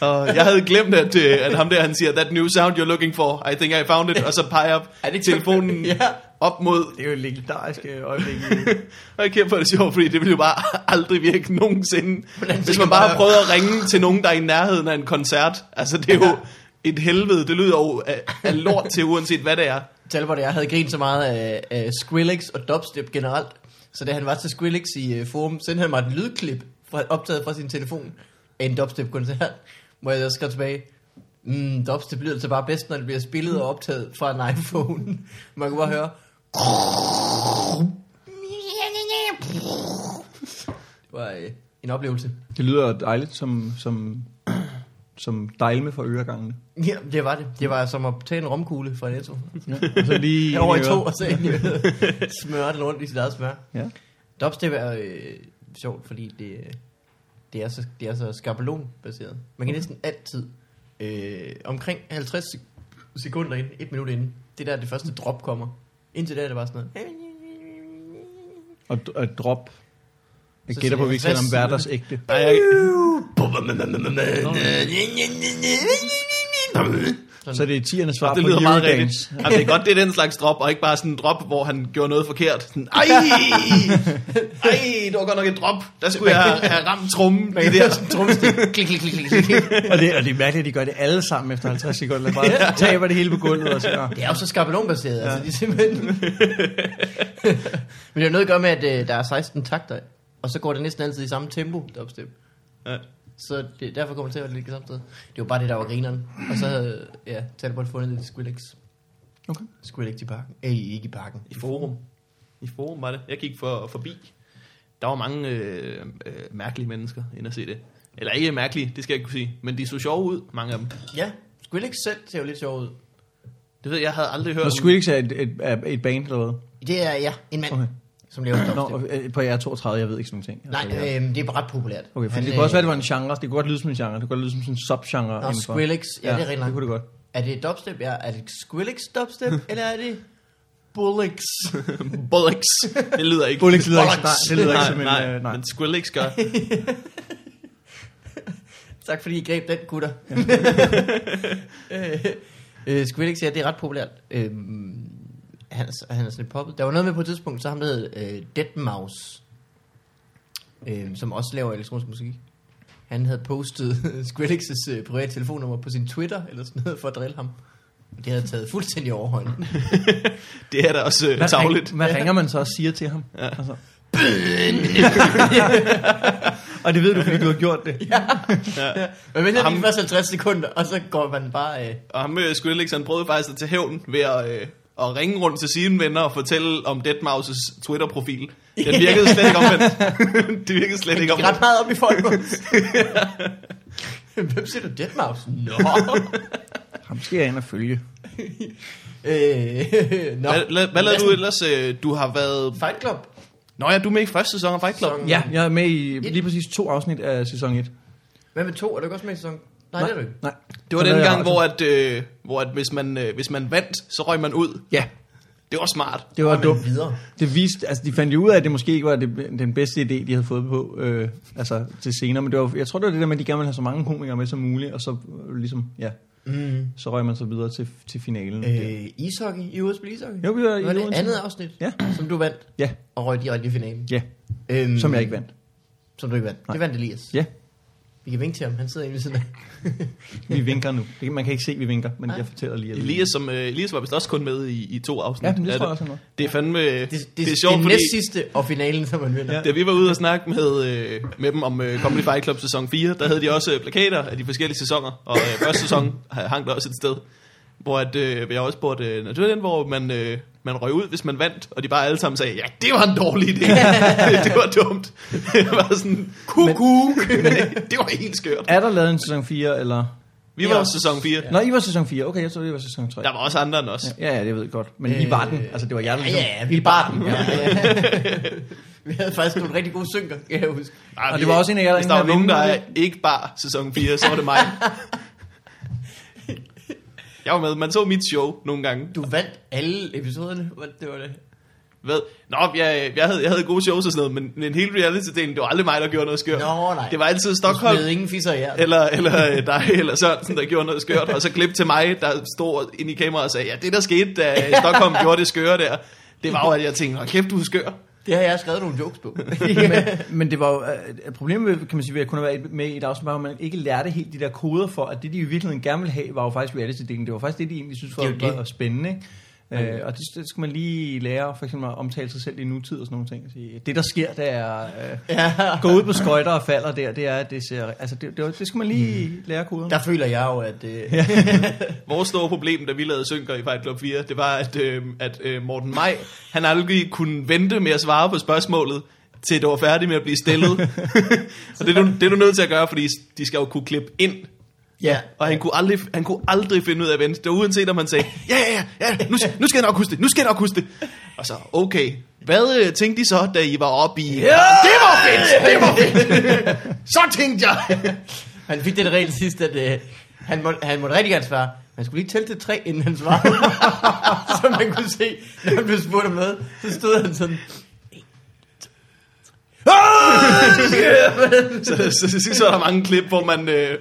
Speaker 3: Og jeg havde glemt, at, øh, at ham der, han siger, that new sound you're looking for, I think I found it, og så peger
Speaker 1: Er det
Speaker 3: jeg
Speaker 1: ikke
Speaker 3: (laughs) telefonen
Speaker 1: sådan? Ja.
Speaker 3: op mod,
Speaker 2: Det er jo et legendarisk øh, øjeblik. i-
Speaker 3: og jeg kæmper det sjovt, fordi det ville jo bare aldrig virke nogensinde,
Speaker 1: Hvordan
Speaker 3: hvis
Speaker 1: tænker
Speaker 3: man bare
Speaker 1: man-
Speaker 3: prøvede at ringe til nogen, der er i nærheden af en koncert. Altså, det er jo et helvede, det lyder jo af, af lort til, uanset hvad det er.
Speaker 1: Talbot og jeg havde grint så meget af, af Skrillex og dubstep generelt, så da han var til Skrillex i uh, forum, sendte han mig et lydklip fra, optaget fra sin telefon af en dubstep-koncert, hvor jeg skrev tilbage, mm, dubstep lyder altså bare bedst, når det bliver spillet og optaget fra en iPhone. Man kunne bare høre, det var øh, en oplevelse.
Speaker 2: Det lyder dejligt som, som, som dejlme for øregangene.
Speaker 1: Ja, det var det. Det var som at tage en romkugle fra Netto.
Speaker 2: Og så lige
Speaker 1: Over i
Speaker 2: øret.
Speaker 1: to og så ind i øret. Smøre den rundt i sit eget smør.
Speaker 2: Ja.
Speaker 1: Dubstep er øh, sjovt, fordi det, øh, det, er så, det er så skabelonbaseret. (laughs) Man kan næsten altid, øh, omkring 50 sek- sekunder ind, et minut inden, det er der det første drop kommer. Indtil da er det bare sådan noget.
Speaker 2: Og, d- og drop. Jeg
Speaker 1: Så
Speaker 2: gætter på,
Speaker 1: siger
Speaker 2: at vi
Speaker 1: jeg
Speaker 2: ikke kalder
Speaker 1: 60.
Speaker 2: ham hverdags ægte.
Speaker 3: Ej, jeg,
Speaker 2: Så det er tiernes svar
Speaker 3: det
Speaker 2: på
Speaker 3: lyder meget rigtigt.
Speaker 2: Eurodance.
Speaker 3: Jamen, det er godt, det er den slags drop, og ikke bare sådan en drop, hvor han gjorde noget forkert. Sådan, ej, ej, det var godt nok et drop. Der skulle jeg have- have ramt trummen i det her.
Speaker 1: Trumstik. Klik, klik, klik, klik, klik.
Speaker 2: Og det, og det er mærkeligt, at de gør det alle sammen efter 50 sekunder. Bare taber det hele på gulvet og så...
Speaker 1: Det er jo så skabelonbaseret, ja. altså det er simpelthen... (laughs) Men det har noget at gøre med, at øh, der er 16 takter, og så går det næsten altid i samme tempo, dubstep.
Speaker 3: Ja.
Speaker 1: Så det, derfor kommer det til at ligge samme sted. Det var bare det, der var grineren. Og så havde ja, Talbot fundet det i Skrillex.
Speaker 2: Okay.
Speaker 1: Skrillex i parken. Ej, ikke i parken.
Speaker 3: I forum. I forum var det. Jeg gik for, forbi. Der var mange øh, øh, mærkelige mennesker inde at se det. Eller ikke mærkelige, det skal jeg ikke kunne sige. Men de så sjove ud, mange af dem.
Speaker 1: Ja, Skrillex selv ser jo lidt sjov ud.
Speaker 3: Det ved jeg, jeg havde aldrig hørt
Speaker 2: Når
Speaker 3: om.
Speaker 2: Squeaks er et, et, er et band eller hvad?
Speaker 1: Det er, ja, en mand,
Speaker 2: Okay.
Speaker 1: okay. som laver dubstep.
Speaker 2: Nå, og, øh, på R32, jeg ved ikke sådan nogle ting.
Speaker 1: Nej,
Speaker 2: Altså, jeg-
Speaker 1: øh, det er bare ret populært.
Speaker 2: Okay, for
Speaker 1: Han,
Speaker 2: det kunne også være,
Speaker 1: øh,
Speaker 2: det var en genre. Det kunne godt lyde som en genre. Det kunne godt lyde som sådan en subgenre.
Speaker 1: Nå,
Speaker 2: indenfor.
Speaker 1: Skrillex. Ja, det er rigtig
Speaker 2: det kunne det godt.
Speaker 1: Er det dubstep? Ja, er det Skrillex (laughs) dubstep, eller er det (laughs) Bullocks?
Speaker 3: Bullocks. Det lyder ikke.
Speaker 2: Bullocks lyder ikke- nej, det lyder ikke
Speaker 3: nej,
Speaker 2: som en,
Speaker 3: nej,
Speaker 2: øh, nej.
Speaker 3: Men Skrillex gør.
Speaker 1: (laughs) tak fordi I greb den, gutter. (laughs) øh, øh, Skrillex, ja, det er ret populært. Øh, han, er, så- han er sådan lidt poppet. Der var noget med på et tidspunkt, så ham der hed øh, Deadmau5, øh, som også laver elektronisk musik. Han havde postet (laughs) Skrillex' øh, private telefonnummer på sin Twitter, eller sådan noget, for at drille ham. Og det havde taget fuldstændig overhånd.
Speaker 3: Det er da også øh,
Speaker 2: Hvad,
Speaker 3: tavligt.
Speaker 2: ring, hvad ringer man så og siger til ham? Ja. Altså. (laughs) og det ved du, fordi du har gjort det.
Speaker 1: Men venter
Speaker 3: Ham-
Speaker 1: lige først 50 sekunder, og så går man bare... Øh,
Speaker 3: Og ham øh, Skrillex, han prøvede faktisk at tage hævn ved at, øh, at ringe rundt til sine venner og fortælle om Deadmau5's Twitter-profil. Den virkede slet ikke omvendt. (laughs) det virkede slet ikke
Speaker 1: Det er ret
Speaker 3: omvendt.
Speaker 1: meget op i folk.
Speaker 3: (laughs)
Speaker 1: Hvem siger du Deadmau5? Nå.
Speaker 2: Ham skal jeg ind og følge.
Speaker 1: øh, (laughs) nå.
Speaker 3: Hvad, la- hvad lavede du ellers? Øh, du har været...
Speaker 1: Fight Club.
Speaker 3: Nå ja, du er med i første sæson af Fight Club.
Speaker 1: Sæson-
Speaker 2: Ja, jeg er med i lige præcis to afsnit af sæson 1.
Speaker 1: Hvad med to? Er du ikke også med i sæson? Nej, det er du ikke.
Speaker 2: Nej.
Speaker 3: Det var
Speaker 2: Så
Speaker 3: den
Speaker 2: lavede jeg
Speaker 3: gang,
Speaker 2: radio.
Speaker 3: hvor, at, øh, hvor at hvis, man, øh, hvis man vandt, så røg man ud.
Speaker 2: Ja,
Speaker 3: Det var smart.
Speaker 2: det var dumt.
Speaker 1: videre.
Speaker 2: Det viste, altså de fandt jo ud af, at det måske ikke var det, den bedste idé, de havde fået på øh, altså, til senere. Men det var, jeg tror, det var det der med, at de gerne ville have så mange komikere med som muligt, og så øh, ligesom, ja,
Speaker 1: Mm.
Speaker 2: så røg man så videre til, til finalen. Øh.
Speaker 1: Øh, ishockey i USB ishockey.
Speaker 2: Jo, vi var i
Speaker 1: det var det
Speaker 2: Odense.
Speaker 1: andet afsnit,
Speaker 2: Ja.
Speaker 1: som du vandt
Speaker 2: Ja,
Speaker 1: og røg direkte i finalen.
Speaker 2: ja,
Speaker 1: Øhm,
Speaker 2: som jeg ikke vandt.
Speaker 1: Som du ikke vandt.
Speaker 2: Nej.
Speaker 1: Det vandt Elias.
Speaker 2: Ja,
Speaker 1: Vi kan vinke til ham. Han sidder inde ved siden af. (laughs)
Speaker 2: vi vinker nu. Det kan, man kan ikke se, at vi vinker, men
Speaker 1: Nej.
Speaker 2: jeg fortæller lige. at vi-
Speaker 3: Elias, som, øh, Elias var vist også kun med i, i to afsnit.
Speaker 2: Ja, men det
Speaker 3: af
Speaker 2: tror jeg også, han var.
Speaker 3: Det er fandme...
Speaker 1: Det,
Speaker 3: Det,
Speaker 1: det,
Speaker 3: det er sjovt,
Speaker 1: det
Speaker 3: fordi...
Speaker 1: næst sidste og finalen, som man vinder.
Speaker 2: Ja.
Speaker 1: Ja.
Speaker 3: Da vi var ude og snakke med, øh, med dem om øh, Comedy
Speaker 2: (laughs)
Speaker 3: Fight Club sæson 4, der havde de øh, også øh, plakater af de forskellige sæsoner, og øh, første sæson ha- hang der også et sted. Hvor at, øh, jeg også spurgte, øh, "Nå, det var den, hvor man, øh, man røg ud, hvis man vandt, og de bare alle sammen sagde, ja, det var en dårlig idé. (laughs) det var dumt. det var sådan, kuku.
Speaker 2: (laughs)
Speaker 3: det var helt skørt.
Speaker 2: Er der lavet en sæson 4, eller?
Speaker 3: Vi var jo sæson 4.
Speaker 2: Ja. Nå, I var sæson 4. Okay, jeg troede, det var sæson 3.
Speaker 3: Der var også andre end os.
Speaker 2: Ja, ja, det ved jeg godt. Men øh, I var den. Altså, det var jer, der
Speaker 1: Ja, ja, vi bar den. Ja, ja. (laughs) vi havde faktisk nogle rigtig gode synker, kan jeg huske.
Speaker 3: Ej,
Speaker 2: Og det var også en af jer, der
Speaker 3: Hvis der var
Speaker 2: ikke
Speaker 3: nogen, der
Speaker 2: havde
Speaker 3: er
Speaker 2: vundet
Speaker 3: ikke bare sæson 4, så var det
Speaker 2: (laughs)
Speaker 3: mig. jeg var med. Man så mit show nogle gange.
Speaker 1: Du vandt alle episoderne. Hvad, det var det.
Speaker 3: Ved, nå, jeg, jeg, havde, jeg havde gode shows og sådan noget, men, men hele reality-delen, det var aldrig mig, der gjorde noget skørt.
Speaker 1: Nå, nej.
Speaker 3: Det var altid
Speaker 1: Du
Speaker 3: Stockholm,
Speaker 1: smed ingen fisser i jer.
Speaker 3: eller, eller øh, dig, (laughs) eller Sørensen, der gjorde noget skørt, og så klip til mig, der stod ind i kameraet og sagde, ja, det der skete, da Stockholm gjorde det skøre der, det var jo, at jeg tænkte, hold kæft, du er skør.
Speaker 1: Det har jeg skrevet nogle
Speaker 3: (laughs)
Speaker 1: jokes på. (laughs)
Speaker 2: men, men det var jo, øh, problemet ved, kan man sige, ved at kunne have været med i et afsnit, var, at man ikke lærte helt de der koder for, at det de i virkeligheden gerne ville have, var jo faktisk reality-delen. Det var faktisk det, de egentlig synes var,
Speaker 1: Det er jo
Speaker 2: det
Speaker 1: det.
Speaker 2: var spændende. Ikke? Øh, og det, det, skal man lige lære, for eksempel at omtale sig selv i nutid og sådan nogle ting. At sige, det der sker, det er øh,
Speaker 1: ja.
Speaker 2: gå ud på skøjter og falder der, det er, at det ser, altså det, det, var- det skal man lige lære koderne.
Speaker 1: Mm. Der føler jeg jo, at... Øh,
Speaker 3: Vores store problem, da vi lavede Synker i Fight Club 4, det var, at, øh, at øh, Morten Maj, han aldrig kunne vente med at svare på spørgsmålet, til det var færdigt med at blive
Speaker 1: (laughs)
Speaker 3: stillet. og det er, du, det er du nødt til at gøre, fordi de skal jo kunne klippe ind.
Speaker 1: ja.
Speaker 3: Og han kunne aldrig, han kunne aldrig finde ud af at vente. Det var uanset, om han sagde, ja, ja, ja, ja, nu, nu skal jeg nok huske det, nu skal jeg nok huske det. Og så, okay, hvad øh, tænkte I så, da I var oppe i... Ja, det var fedt, det var fedt. så tænkte jeg. (laughs)
Speaker 1: Han fik den regel sidst, at øh, han, må, han måtte rigtig gerne svare. Man skulle lige tælle til tre, inden han svarede. (laughs) så man kunne se, når han blev spurgt om noget, så stod han sådan... (laughs)
Speaker 3: Ah, så, så, så, så, så er der mange klip, hvor man... Øh,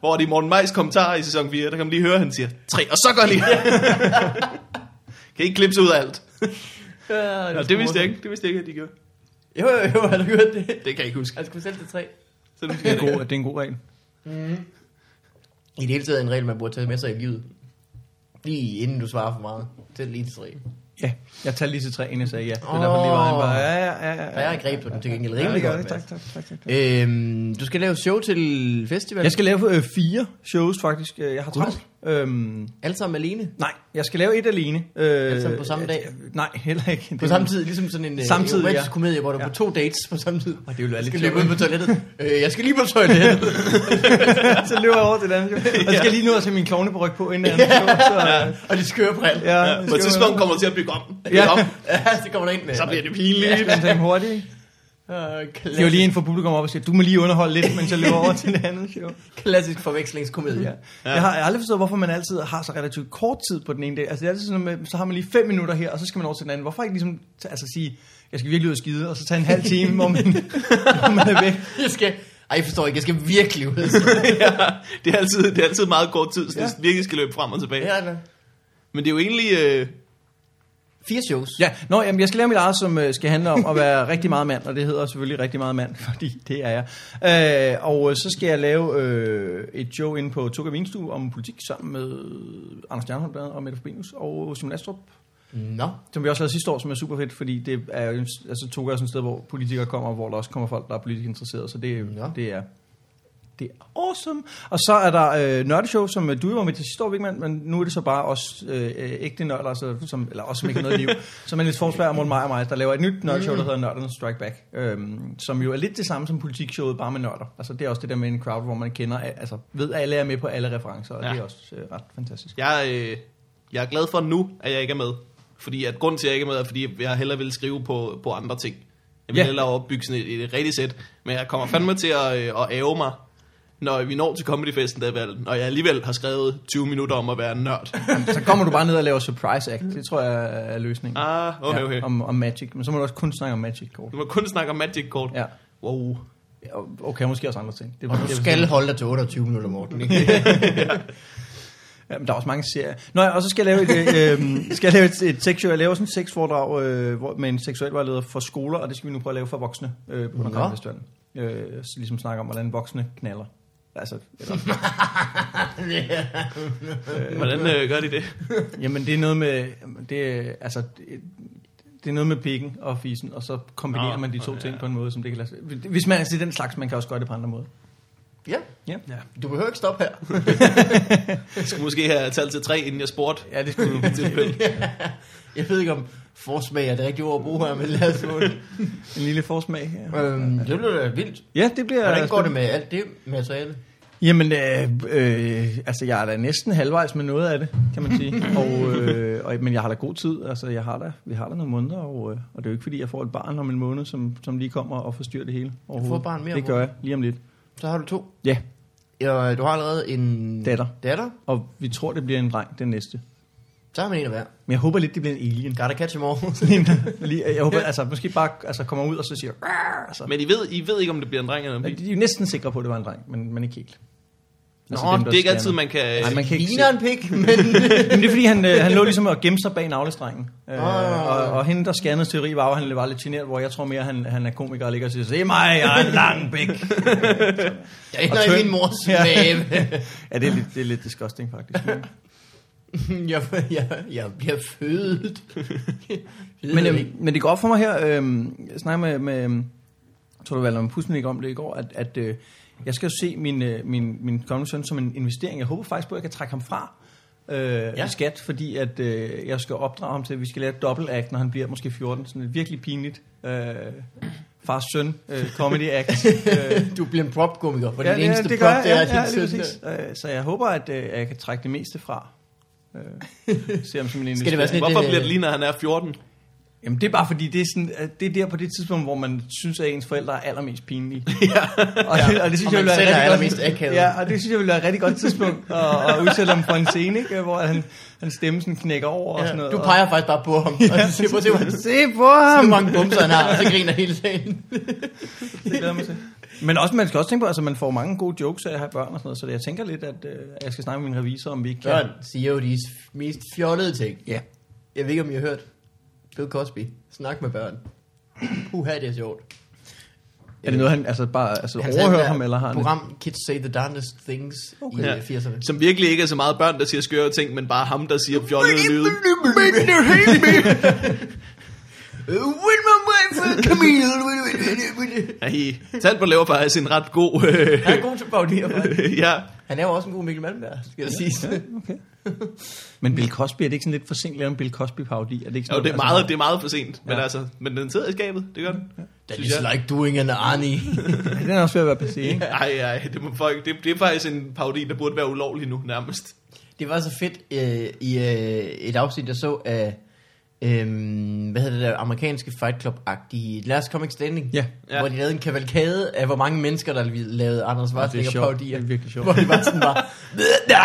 Speaker 3: hvor det er Morten Majs kommentarer i sæson 4, der kan man lige høre, han siger tre, og så gør lige. (laughs) kan I ikke klippe sig ud af alt?
Speaker 1: Ja,
Speaker 3: Nå, det vidste jeg ikke, det vidste jeg ikke, at de gjorde.
Speaker 1: Jo, jo, jo, har du hørt det?
Speaker 3: Det kan jeg ikke huske.
Speaker 1: Han skulle tælle til tre.
Speaker 3: Så nu skal
Speaker 2: Det er,
Speaker 3: jeg
Speaker 2: en god, det er en god regel.
Speaker 1: I det hele taget en regel, man burde tage med sig i livet. Lige inden du svarer for meget. Tæl lige til tre.
Speaker 2: Ja, jeg tager lige til tre, inden jeg sagde ja. Det er
Speaker 1: Åh.
Speaker 2: derfor lige var han bare, ja, ja, ja. ja,
Speaker 1: Der er en greb på den til gengæld
Speaker 2: Ja, det
Speaker 1: rimelig
Speaker 2: gør
Speaker 1: godt.
Speaker 2: det. Tak,
Speaker 1: Mads.
Speaker 2: tak, tak, tak.
Speaker 1: Øhm, du skal lave show til festival.
Speaker 2: Jeg skal lave øh, fire shows faktisk. Øh, Jeg har travlt. Øhm,
Speaker 1: Alle sammen alene.
Speaker 2: nej, jeg skal lave et alene. Øh,
Speaker 1: sammen på samme dag?
Speaker 2: øh, Nej, heller ikke. Det
Speaker 1: På
Speaker 2: er-
Speaker 1: samme tid, ligesom sådan en øh,
Speaker 2: Samtidig,
Speaker 1: romantisk
Speaker 2: ja.
Speaker 1: komedie, hvor du er
Speaker 2: Ja.
Speaker 1: på to dates på samme tid.
Speaker 2: Og det ville være
Speaker 1: Jeg skal
Speaker 2: lidt sjovt.
Speaker 1: løbe ud på
Speaker 2: (laughs)
Speaker 1: toilettet. øh, jeg skal lige på toilettet.
Speaker 2: så løber jeg over til den anden. show. Og så skal jeg lige nå at tage min klovne på ryg på, inden jeg anden show. Så, øh,
Speaker 1: og de skøre briller.
Speaker 2: ja,
Speaker 3: Ja,
Speaker 2: det
Speaker 3: på
Speaker 2: skal
Speaker 3: et tidspunkt kommer det til at bygge om. Bygge
Speaker 2: Ja.
Speaker 3: om.
Speaker 1: Ja, det kommer der ind med.
Speaker 3: Så bliver det
Speaker 2: være-
Speaker 3: pinligt.
Speaker 2: skal man tage dem hurtigt. ikke?
Speaker 1: Øh,
Speaker 2: Det er jo
Speaker 1: klassisk,
Speaker 2: lige en for publikum op og siger, du må lige underholde lidt, mens jeg løber over til den anden show.
Speaker 1: klassisk forvekslingskomedie.
Speaker 2: Ja. Jeg har jeg har aldrig forstået, hvorfor man altid har så relativt kort tid på den ene dag. Altså, det er altid sådan, noget med, så har man lige fem minutter her, og så skal man over til den anden. Hvorfor ikke ligesom t- altså, sige, jeg skal virkelig ud og skide, og så tage en halv time, hvor man, hvor man er væk.
Speaker 1: Jeg skal... Ej, jeg forstår ikke. Jeg skal virkelig
Speaker 2: (laughs)
Speaker 1: ud.
Speaker 3: (laughs) ja, det, er altid, det er altid meget kort tid, så
Speaker 2: Ja.
Speaker 3: det virkelig skal løbe frem og tilbage.
Speaker 1: ja, da.
Speaker 3: Men det er jo egentlig... Øh,
Speaker 1: Fire shows.
Speaker 2: (laughs) Ja, nå, jamen, jeg skal lave mit eget, som øh, skal handle om at være (laughs) rigtig meget mand, og det hedder selvfølgelig rigtig meget mand, (laughs) fordi det er jeg. Øh, og øh, så skal jeg lave øh, et show inde på Tukker Vinstue om politik sammen med Anders Stjernholm blandt andet, og Mette Fabinus og Simon Astrup,
Speaker 1: Nå.
Speaker 2: som vi også lavede sidste år, som er super fedt, fordi det er jo, altså, Tukker er sådan et sted, hvor politikere kommer, og hvor der også kommer folk, der er politisk interesserede, så det,
Speaker 1: Ja.
Speaker 2: ja. det er det er awesome. Og så er der øh, nørdeshow, som øh, du jo var med til sidste år, Vigman, men nu er det så bare os øh, øh, ægte nørder, altså, som, eller os, som ikke har noget liv, som er lidt forsvarer mod mig og mig, der laver et nyt nørdeshow, der hedder Nørderne Strike Back, øhm, som jo er lidt det samme som politikshowet, bare med nørder. Altså det er også det der med en crowd, hvor man kender, altså ved, at alle er med på alle referencer, og
Speaker 3: Ja.
Speaker 2: ja. det er også øh, ret fantastisk.
Speaker 3: jeg, øh, jeg er glad for nu, at jeg ikke er med. Fordi at grunden til, at jeg ikke er med, er, fordi jeg hellere vil skrive på, på andre ting. Jeg vil
Speaker 2: Ja.
Speaker 3: yeah. hellere opbygge sådan et, et rigtigt sæt. Men jeg kommer fandme til at, øh, at æve mig, når vi når til Comedyfesten, der vel, når jeg alligevel har skrevet 20 minutter om at være nørd.
Speaker 2: Så kommer du bare ned og laver surprise act, det tror jeg er løsningen.
Speaker 3: Ah, okay, okay.
Speaker 2: Ja, om, om magic, men så må du også kun snakke om magic kort.
Speaker 3: Du må kun snakke om Magic Kort.
Speaker 2: Ja.
Speaker 3: Wow.
Speaker 2: Ja, Okay, måske også andre ting. Det,
Speaker 1: Og
Speaker 2: det-
Speaker 1: du skal holde dig til 28 minutter, Morten. ikke?
Speaker 2: Ja, men der er også mange serier. Nå ja, og så skal jeg lave et,
Speaker 3: (laughs)
Speaker 2: øh, skal jeg lave et, et sexshow. Jeg laver sådan et sexforedrag øh, hvor- med en seksuel vejleder for skoler, og det skal vi nu prøve at lave for voksne øh, på
Speaker 1: Nå.
Speaker 2: Undergrund Festivalen. Øh, så ligesom snakke om, hvordan voksne knaller. Altså,
Speaker 3: (laughs)
Speaker 2: eller,
Speaker 3: Hvordan øh, gør de det?
Speaker 2: jamen det er noget med, det, er, altså, det, det er noget med pikken og fisen, og så kombinerer
Speaker 3: Nå,
Speaker 2: man de to
Speaker 3: okay,
Speaker 2: ting
Speaker 3: ja.
Speaker 2: på en måde, som det kan lade sig. Hvis man er altså, den slags, man kan også gøre det på andre måder.
Speaker 1: Ja,
Speaker 2: Ja.
Speaker 1: du behøver ikke stoppe her.
Speaker 3: Jeg skulle måske have talt til tre, inden jeg spurgte.
Speaker 2: Ja, det skulle
Speaker 3: (laughs)
Speaker 1: Jeg ved ikke, om forsmag er det rigtige ord at bruge her, men lad os få det.
Speaker 2: en lille forsmag her.
Speaker 1: øhm, det bliver da vildt.
Speaker 2: Ja, det bliver...
Speaker 1: Hvordan går
Speaker 2: spændende.
Speaker 1: det med alt det materiale?
Speaker 2: Jamen, øh, øh, altså, jeg er da næsten halvvejs med noget af det, kan man sige. og, øh, og, men jeg har da god tid. Altså, jeg har da, vi har da nogle måneder, og, øh, og det er jo ikke, fordi jeg får et barn om en måned, som, som lige kommer og forstyrrer det hele. overhovedet.
Speaker 1: får et barn mere om
Speaker 2: Det gør jeg, lige om lidt.
Speaker 1: Så har du to.
Speaker 2: Ja,
Speaker 1: Ja, du har allerede en...
Speaker 2: Datter.
Speaker 1: Datter.
Speaker 2: og vi tror, det bliver en dreng, den næste.
Speaker 1: Så har man en af hver.
Speaker 2: Men jeg håber lidt, det bliver en
Speaker 1: (laughs)
Speaker 2: alien.
Speaker 1: Gotta catch
Speaker 2: (laughs)
Speaker 1: them all.
Speaker 2: Lige, jeg håber, altså, måske bare altså, kommer ud og så siger... "Arr", Altså.
Speaker 3: Men I ved, I ved ikke, om det bliver en dreng eller en pige.
Speaker 2: De er jo næsten sikre på, at det var en dreng, men, men ikke helt. Altså,
Speaker 3: Nå, det er ikke altid,
Speaker 2: scanner.
Speaker 3: man kan...
Speaker 2: Nej, man kan ikke se-
Speaker 1: Ligner en pik, men...
Speaker 2: (laughs) Men det er fordi, han, øh, han lå ligesom og gemte sig bag navlestrengen. Øh,
Speaker 1: Åh.
Speaker 2: og, og hende, der skannede teori, var jo, at han var lidt generet, hvor jeg tror mere, han, han er komiker og ligger og siger, se mig, jeg er en lang bæk.
Speaker 1: Jeg ender i
Speaker 2: tynd.
Speaker 1: min mors
Speaker 2: Ja.
Speaker 1: mave. (laughs)
Speaker 2: ja, det er, lidt, det er lidt disgusting faktisk. (laughs) Men,
Speaker 1: jeg, jeg, jeg bliver født.
Speaker 2: men, øhm, men det går op for mig her, øh, jeg snakker med, med øhm, jeg tror du valgte om Pusminik om det i går, at, at øh, jeg skal jo se min, øh, min, min kommende søn som en investering. Jeg håber faktisk på, at jeg kan trække ham fra øh, ja. skat, fordi at, øh, jeg skal opdrage ham til, at vi skal lave et dobbelt act, når han bliver måske 14. Sådan et virkelig pinligt øh, fars søn øh, comedy
Speaker 1: (laughs)
Speaker 2: act. øh,
Speaker 1: du bliver en prop-komiker, for
Speaker 2: ja,
Speaker 1: den eneste
Speaker 2: ja,
Speaker 1: prop,
Speaker 2: det gør jeg,
Speaker 1: det
Speaker 2: ja,
Speaker 1: er
Speaker 2: ja,
Speaker 1: din
Speaker 2: lige
Speaker 1: søn.
Speaker 2: præcis. Øh, Så jeg håber, at øh, jeg kan trække det meste fra.
Speaker 1: (laughs)
Speaker 2: Øh, ser ham som en
Speaker 1: Skal det være sådan
Speaker 3: Hvorfor
Speaker 1: lidt, øh,
Speaker 3: bliver det lige, når han er 14?
Speaker 2: Jamen det er bare fordi, det er, sådan, at det er der på det tidspunkt, hvor man synes, at ens forældre er allermest pinlige. (laughs) ja. og, det, og det synes
Speaker 1: Og man
Speaker 2: jeg vil være
Speaker 1: selv er
Speaker 2: rigtig
Speaker 1: allermest
Speaker 2: godt,
Speaker 1: akavet.
Speaker 2: Ja, og det synes jeg vil være et rigtig godt tidspunkt at, at udsætte ham for en scene, ikke? hvor han, han stemme sådan knækker over og sådan
Speaker 1: Ja,
Speaker 2: noget.
Speaker 1: du peger faktisk bare på ham, og så siger, prøv at se, hvor (laughs)
Speaker 2: og,
Speaker 1: han-
Speaker 2: (laughs) Se på ham!
Speaker 1: hvor mange bumser han har, og så griner hele dagen.
Speaker 2: Det glæder jeg mig til. Men også, man skal også tænke på, at altså, man får mange gode jokes af at have børn og sådan noget, så jeg tænker lidt, at øh, jeg skal snakke med min revisor, om vi ikke kan...
Speaker 1: Børn siger jo de mest fjollede ting.
Speaker 2: Ja.
Speaker 1: Jeg ved ikke, om I har hørt. Bill Cosby. Snak med børn. Puha, det er sjovt.
Speaker 2: Er det noget, han altså bare altså,
Speaker 1: Han sagde,
Speaker 2: overhører
Speaker 1: at
Speaker 2: ham, eller har han det?
Speaker 1: program Kids Say the Darndest Things okay. i
Speaker 3: Ja.
Speaker 1: øh, 80'erne.
Speaker 3: Som virkelig ikke er så meget børn, der siger skøre ting, men bare ham, der siger fjollede lyde.
Speaker 1: (laughs) Win Uh, my wife, Camille.
Speaker 3: Ej, Talbot laver faktisk en ret god... øh,
Speaker 1: Han er god til parodier, faktisk.
Speaker 3: (laughs)
Speaker 2: (laughs)
Speaker 3: ja,
Speaker 1: Han er jo også en god Mikkel Malmberg, skal jeg sige.
Speaker 2: Okay. Men Bill Cosby, er det ikke sådan lidt for sent at lave en Bill Cosby-parodi? Er det ikke sådan
Speaker 3: jo, det, er
Speaker 2: altså,
Speaker 3: meget, det er meget for sent, men,
Speaker 2: Ja.
Speaker 3: altså, men den sidder i skabet, det gør den.
Speaker 1: That
Speaker 3: Synes
Speaker 1: is
Speaker 3: jeg.
Speaker 1: like doing an Arnie.
Speaker 2: Den er også ved at
Speaker 1: (laughs)
Speaker 2: være passé, ikke?
Speaker 3: Ej, ej, det, må folk, det, det er faktisk en parodi, der burde være ulovlig nu nærmest.
Speaker 1: Det var så fedt øh, i øh, et afsnit, jeg så af, øh, hvad hedder det der, amerikanske Fight Club-agtige Last Comic Standing.
Speaker 2: Ja.
Speaker 3: Ja.
Speaker 1: Hvor de lavede en kavalkade af, hvor mange mennesker, der lavede Anders Schwarzenegger
Speaker 2: sjovt.
Speaker 1: parodier.
Speaker 2: Det er virkelig sjovt.
Speaker 1: Hvor de var sådan
Speaker 2: (laughs)
Speaker 1: bare... Det
Speaker 3: Ej,